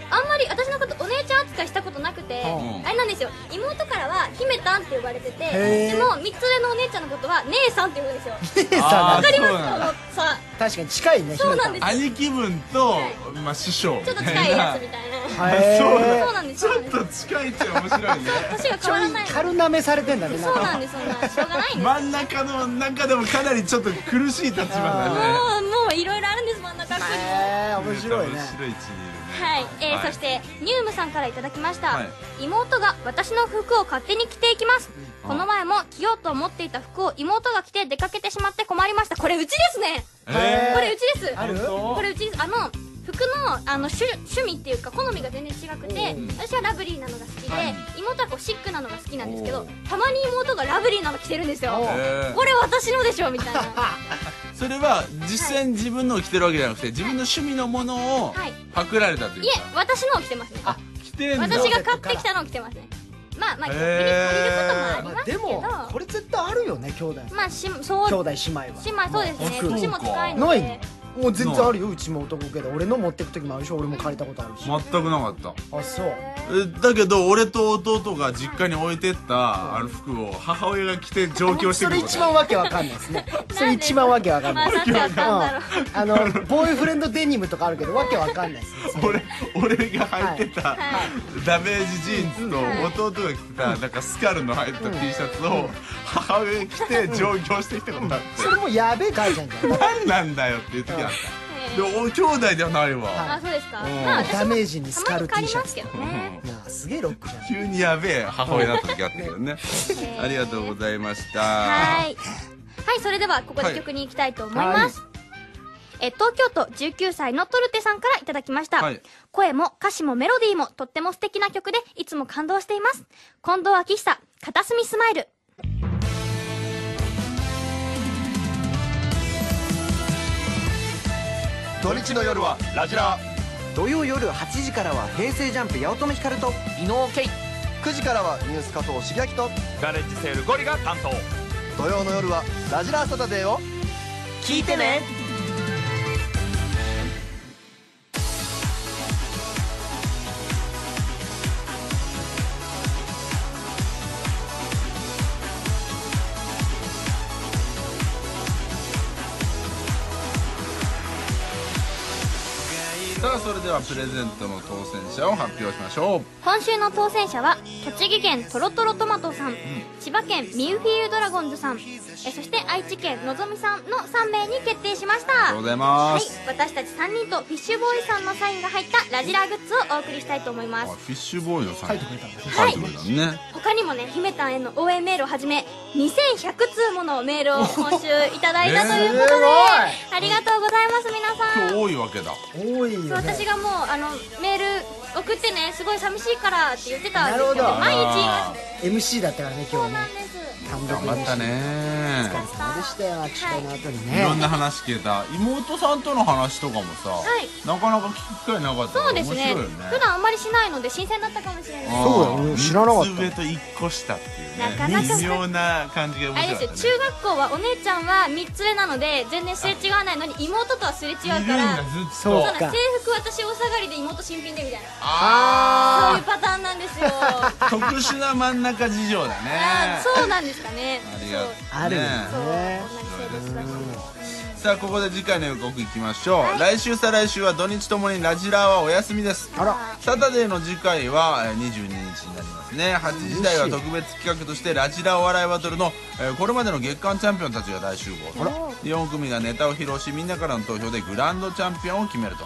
A: あんまり私のことお姉ちゃん扱いしたことなくて、
E: うん
A: あれなんですよ妹からは姫たんって呼ばれてて
F: へー
A: でも3つ上のお姉ちゃんのことは姉さんって呼ぶんですよわ
F: 姉さん
E: あー
A: かります
E: そうなんだ
A: そのさ
F: 確かに近いね
A: そうなんです
E: 兄貴分と、まあ、師匠
A: ちょっと近いやつみたい
F: ひ
A: な
F: なさんへー
E: そ
A: そ
E: うなんだ
A: うなんです
E: ち
A: そう
E: ょ
A: な
E: っ
A: んです
E: と近いっちゃ面白いね
A: 年が
F: ち
A: 変
F: ょ
A: わら
F: い
A: ない
F: 軽なめされてんだね
A: そう
F: か
A: なんですそんなしょうがないんです
E: 真ん中の中でもかなりちょっと苦しい立場だね
A: もうもういろいろあるんです真ん中っこに
F: へえ面白いね
E: 面白い位置にいるね
A: はい、えーそしてニュームさんからいただきました、
E: はい
A: 妹が私の服を勝手に着ていきますこの前も着ようと思っていた服を妹が着て出かけてしまって困りましたこれうちですね、
E: え
A: これうちです
F: ある
A: これうちですあの服のあの趣趣味っていうか好みが全然違くて私はラブリーなのが好きで、妹はこうシックなのが好きなんですけどたまに妹がラブリーなの着てるんですよ
E: へー
A: これ私のでしょみたいな
E: それは実際に自分のを着てるわけじゃなくて自分の趣味のものを
A: はい
E: パクられたという
A: いえ
E: か、
A: 私のを着てますね
E: 着てんだ
A: 私が買ってきたのを着てますねまあまあコンビニ借りることも
F: ま
A: あ
F: あ
A: りますけ
F: で
A: ど、
F: もこれ絶対あるよね兄弟
A: まあしそう
F: 兄弟姉妹は
A: 姉妹そうですね
E: あそうか
A: 年も近いの
F: な
A: で
F: いもう全然あるようちも男けど俺の持ってく時もあるし俺も借りたことあるし
E: 全くなかった
F: あそう
E: えだけど俺と弟が実家に置いてったあの服を母親が着て上京して
F: そ
E: く
F: れ
E: ること
F: 一番わけわかんないですねそれ一番わけわかんない
A: まあなんであったんだろう
F: あのボーイフレンドデニムとかあるけどわけわかんないですね
E: 俺俺が履いてた、ダメージジーンズと弟が着てたなんかスカルの入った T シャツを母親が着て上京してきたことあっ
F: それもやべえ母ちゃんじゃん
E: て何なんだよっていう時あっ
A: へ
E: た
A: ー
E: でお兄弟ではないわ、
A: あそうですか
E: ん
A: まあ私
F: ダメージにス
A: も
F: カ
A: たま
F: ル
A: に
F: T
A: 借り
F: シャ
A: ます
F: ツ
A: けどね
F: なあすげえロックじゃん
E: 急にやべえ母親だった時あったけどね ありがとうございました
A: はいはいそれではここで曲に行きたいと思います、え東京都19歳のトルテさんからいただきました、
E: はい
A: 声も歌詞もメロディーもとっても素敵な曲でいつも感動しています近藤昭久片隅スマイル
K: 土日の夜はラジラ
L: 土曜夜8時からは平成ジャンプ八乙女光と伊野尾圭
K: 9時からはニュース加藤茂明と
D: ガレッジセールゴリが担当
K: 土曜の夜はラジラサタデーを
L: 聞いてね
M: 「
E: それではプレゼントの当選者を発表しましょう
A: 今週の当選者は栃木県とろとろトマトさん、千葉県ミュンフィーユドラゴンズさんえそして愛知県のぞみさんの3名に決定しました
E: ありがとうございます、
A: はい、私たち3人とフィッシュボーイさんのサインが入ったラジラーグッズをお送りしたいと思いま
N: あ
A: す
N: フィッシュボーイのさん書いてくれたん
A: はい
N: だね
A: 他にもね姫たんへの応援メールをはじめ2100通ものメールを今週いただいたということで、
N: すごい
A: ありがとうございます皆さ
N: 今
A: ん
N: 日多いわけだ
F: 多いよ、ね、
A: そう私がもうあのメール送ってねすごい寂しいからって言ってたん
F: な
A: で
F: る
A: す
F: ほ
A: けど
F: ど
A: 毎日言います
F: MC だったからね今日ね単独
N: 頑張ったね
F: お疲れ様でしたよ握手会の後に
E: い
F: ね
E: ろんな話聞けた妹さんとの話とかもさ、
A: はい
E: なかなか聞く機会なかった
A: そう
E: から
A: です
E: 面
A: ね
E: 白いよね
A: 普段あんまりしないので新鮮だったかもしれない
F: そうだよね知らなかった
E: 3つ上と1個下っていうね
A: なかなか
E: 微妙な感じが面
A: あれ
E: 白
A: です
E: かったね
A: よ中学校はお姉ちゃんは3つ上なので全然すれ違わないのに妹とはすれ違うから
E: いるんだずっと
F: そう
A: そうなんです
F: か
A: 制服私お下がりで妹新品でみたいなそうい
E: あ
A: うパターンなん ですよ
E: あ特殊な真ん中事情だね
A: あーそうなんですかね
E: ありがとう
F: あるよね
E: ね
A: そうそう同じ性別だし
E: さあここで次回の予告いきましょう、来週再来週は土日ともにラジラーはお休みです
F: あら
E: サタデーの次回はえー22日になりますね8時台は特別企画としてラジラーお笑いバトルの、えーこれまでの月間チャンピオンたちが大集合4組がネタを披露しみんなからの投票でグランドチャンピオンを決めると、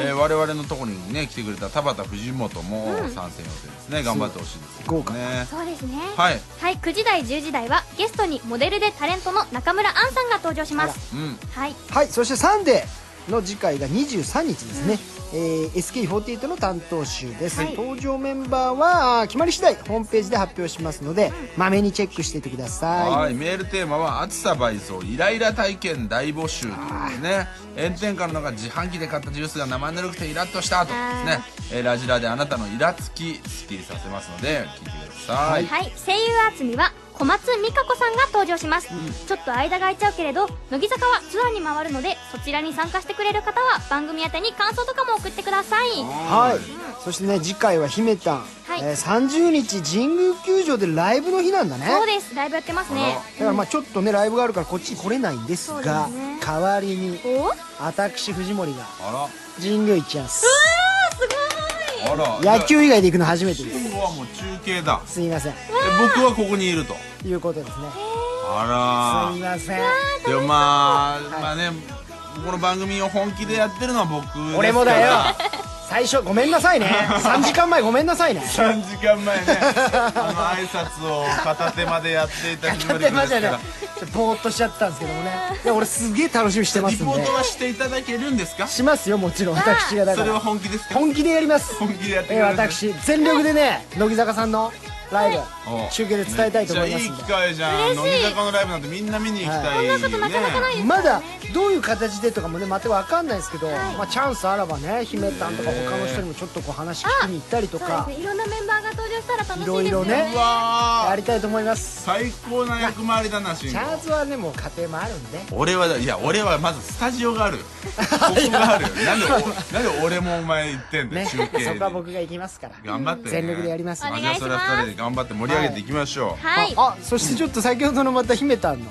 E: えー我々のところにね来てくれた田畑藤本も参戦予定ですね、頑張ってほしいですけど
F: 豪
E: ね
F: 華
A: そうですね
E: はい
A: はい9時台10時台はゲストにモデルでタレントの中村アンさんが登場します
E: うん
A: はい
F: はいそしてサンデーの次回が23日ですね、えー SK48 の担当集です、
A: はい
F: 登場メンバーは決まり次第ホームページで発表しますのでまめにチェックしていてくださ
E: はい、メールテーマは暑さ倍増イライラ体験大募集ということでね炎天下の中自販機で買ったジュースが生ぬるくてイラッとしたとですね、えーラジラであなたのイラつきスッキリさせますので聞いてください、
A: はい、声優アーツには小松美香子さんが登場します、ちょっと間が空いちゃうけれど乃木坂はツアーに回るのでそちらに参加してくれる方は番組宛てに感想とかも送ってください
F: いはい、そしてね次回は姫たん、
A: い
F: えー30日神宮球場でライブの日なんだね
A: そうですライブやってますね
F: だからまあちょっとねライブがあるからこっちに来れないんですが
A: そうですね
F: 代わりに
A: おおー
F: 私藤森が
E: あ
F: 神宮行っちゃいます
A: す
E: らあら
F: 野球以外で行くの初めてです
E: 今後はもう中継だ
F: すいません
E: で僕はここにいると
F: ということですね
E: あ
F: すいません
E: らでもまあまあねこの番組を本気でやってるのは僕ですから
F: 俺もだ よ最初ごめんなさいね3時間前ごめんなさいね
E: 3時間前ねあの挨拶を片手までやっていた藤
F: 片手
E: 森君で
F: 間
E: す
F: じゃ
E: か
F: ない
E: ら
F: ちょっとぼーっとしちゃってたんですけどもねでも俺すげえ楽しみにしてま
E: リ
F: すん
E: ポ
F: で
E: ートはしていただけるんですか
F: しますよもちろん私がだか
E: それは
F: ら
E: 本気ですか
F: 本気でやります
E: 本気でやってく
F: え
E: れ
F: ー
E: る
F: 私全力でね乃木坂さんのライブ中継で伝えたいと思いま
E: めっ
F: す
E: ちゃ
F: ん
E: いい
F: で
E: 機会じゃん
A: 嬉
E: 乃
A: しい
E: 木坂のライブなんてみんな見に行きたいよね
A: こんなことなかなかないです
F: まだどういう形でとかもね全く分かんないですけど、まあ、チャンスあらばね姫たんとか他の人にもちょっとこう話聞きに行ったりと
A: そう
F: か
A: ですねいろんなメンバーが登場したら楽しいですよね
F: いろいろね
E: うわ
F: や
E: ー
F: りたいと思います
E: 最高な役回りだな慎
F: チ
E: 吾
F: ャンスはねもう家庭もあるんで
E: 俺はいや俺はまずスタジオがあるよここがあるよなんでおなんで俺もお前行ってんだ
F: ね
E: よ
F: そ
E: 中継
F: こは僕が行きますから
E: 頑張ってね
F: 全力でやります
A: お願いし
E: ま
A: ま
E: あ
A: す
E: じゃあそれは二人で頑張って盛り上げていきましょう
A: はい
F: ああそしてちょっと先ほどのまた姫たんの、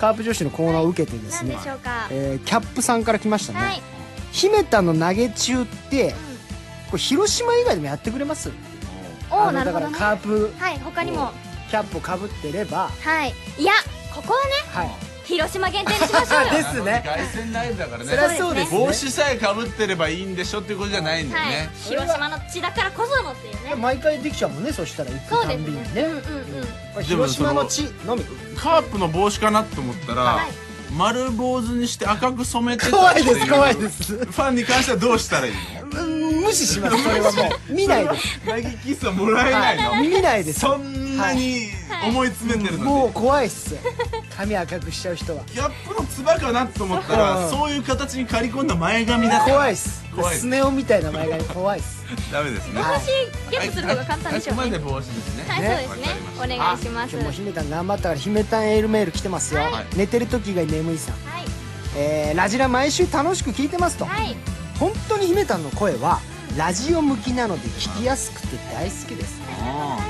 F: カープ女子のコーナーを受けてです
A: 何で
F: ね、
A: しょうか
F: えーキャップさんから来ましたね、
A: はい
F: 姫たんの投げ中って、これ広島以外でもやってくれます
A: お
F: あ
A: お
F: の
A: な
F: だ
A: るほ
F: から
A: どね
F: カープ
A: はい他にも
F: キャップをかぶってれば
A: はいいやここは
F: は
A: ね
F: い
A: 広島限定にしましょう よ
F: ですね
E: 凱旋ライブだから
F: そりゃ
E: ね
F: そうですね
E: 帽子さえかぶってればいいんでしょっていうことじゃないんだよ
A: は
E: ね
A: い広島の地だからこそのっていうね
F: 毎回できちゃうもんねそしたら行
A: そ
F: く
A: う
F: た
A: で
F: んびに
A: すね
F: ね
A: うんうんうん
F: これ広島の地のみ
E: カープの帽子かなと思ったら、
A: はい
E: 丸坊主にして赤く染めてた
F: 怖
E: って
F: いうです怖いです
E: ファンに関してはどうしたらいい
F: うん無視し ますそれはもう見ないです
E: の投げキスはもらえないの、
F: はい見ないです
E: そんなに思い詰めてるのに、
F: もう怖いっすよ髪赤くしちゃう人は
E: ギャップのつばかなと思ったら
F: うん
E: そういう形に刈り込んだ前髪だから
F: 怖いっす
E: 怖い
F: スネ夫みたいな前髪怖いっす
E: ダメです
A: 帽
E: ね
A: 子ゲットする方が簡単でしょうね
E: あくまで帽子ですね
A: はい、そうですね。お願いしま
F: 今
A: す。
F: 日も
A: は
F: 姫たん頑張ったから姫たんエールメール来てますよ、
A: はい
F: 寝てる時以外眠いさん、
A: い、
F: えー、ラジラ毎週楽しく聞いてますと、
A: はい、
F: 本当に姫たんの声はラジオ向きなので聞きやすくて大好きです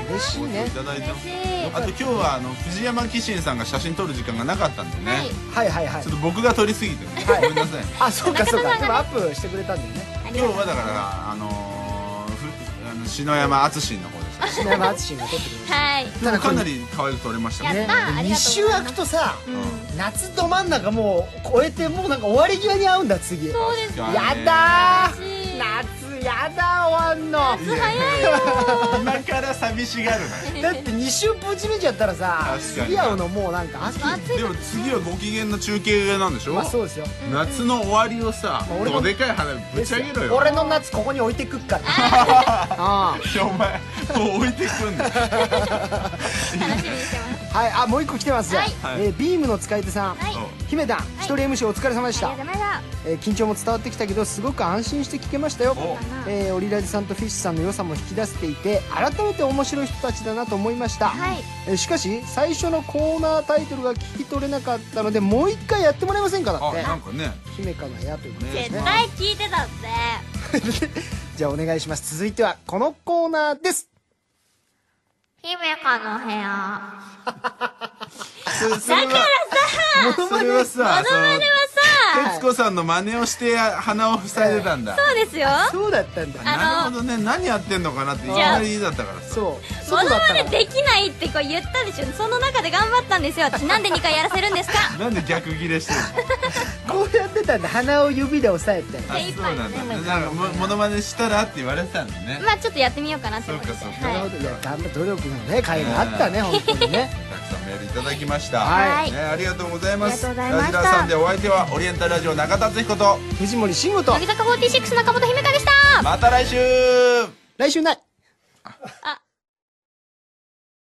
F: 嬉しいね
E: いただいて
A: 嬉
E: ま
A: し
E: す
A: い。
E: あと今日はあの藤山紀信さんが写真撮る時間がなかったんでね、
A: はい、
F: はいはいはい
E: ちょっと僕が撮りすぎてね、ごめんなさい
F: あそうかそう
A: 中
F: か
A: 田さんがね
F: でもアップしてくれたんだよね
A: あり
E: 今
A: がと
E: 日
A: う
E: はだからあのーふあの篠山淳の方でした
F: 篠山淳が撮ってくれまし
A: はい
E: でもかなり可愛く撮れました
A: や
E: ね
A: ったーあ
F: 2
A: りがと
F: 週
A: うござ
F: 空
A: いま
F: く
A: す
F: とさ
E: う
F: 夏ど真ん中もう超えてもうなんか終わり際に会うんだ次や
A: そうです
E: ん
F: だー
A: し
F: 夏やだ終わんの
A: 早いよ
O: 今から寂しがる
F: だって2週ぶち抜いちゃったらさ
E: 確かに
F: 次会うのもうなんか秋
A: 暑い
E: でも次はご機嫌の中継なんでしょ、
F: まあそうですよ
E: 夏の終わりをさ、
F: まあ俺も
E: どでかい花火ぶち上げろよ
F: 俺の夏ここに置いてくっから あ
O: ないやお前こう置いてくんだよ
A: 楽しみにしてます
F: あはいあもう一個来てます、
A: はい
F: えービームの使い手さん、
A: はいあ
F: 姫団一人 MC お疲れ様で
A: り
F: し
A: が
F: た
A: とう、ございました
F: えー緊張も伝わってきたけどすごく安心して聞けましたよ
O: お、
F: えーオリラジさんとフィッシュさんの良さも引き出せていて改めて面白い人たちだなと思いました、
A: はい
F: えーしかし最初のコーナータイトルが聞き取れなかったのでもう一回やってもらえませんかだ
E: あ
F: っ
E: なん
F: て
E: かね
F: 姫かなやということです
A: 絶
F: ね
A: 対聞いてたって
F: じゃあお願いします続いてはこのコーナー です
A: 姫香の部屋
E: それそれはそれは
A: さ
E: さその徹子さんの真似をして鼻を塞いでたんだ
A: そうですよ
F: そうだったんだ
A: あ
E: なるほどね何やってんのかなっていきなりだったからさ
F: そう
A: モ
F: そう
A: ノ
F: だっ
A: マ
F: た
A: ネ
F: の
A: できないってこう言ったでしょその中で頑張ったんですよ私なんで2回やらせるんですか
E: なんで逆ギレしてる
F: こうやってたんだ鼻を指で押さえて
E: のあ
A: 手一
E: そう
A: 杯
E: な
A: ね
E: んだなんかもモノマネしたらって言われてたんだね
A: まあちょっとやってみようかなと思って
E: そうかそうか
F: なる
A: は
F: ほ
A: い
F: どいや頑張って努力のね会があったね本当にね
E: たくさんメールいただきました
A: はい
E: ねありがとうございます
A: ありがとうございま
E: ラ
A: し
E: ジ
A: た
E: ラーさんでお相手はオリエンタルラジオ中田敦彦と
F: 藤森慎吾と
A: 乃木坂46中本姫香でした
E: また来週
F: 来週ない
A: あ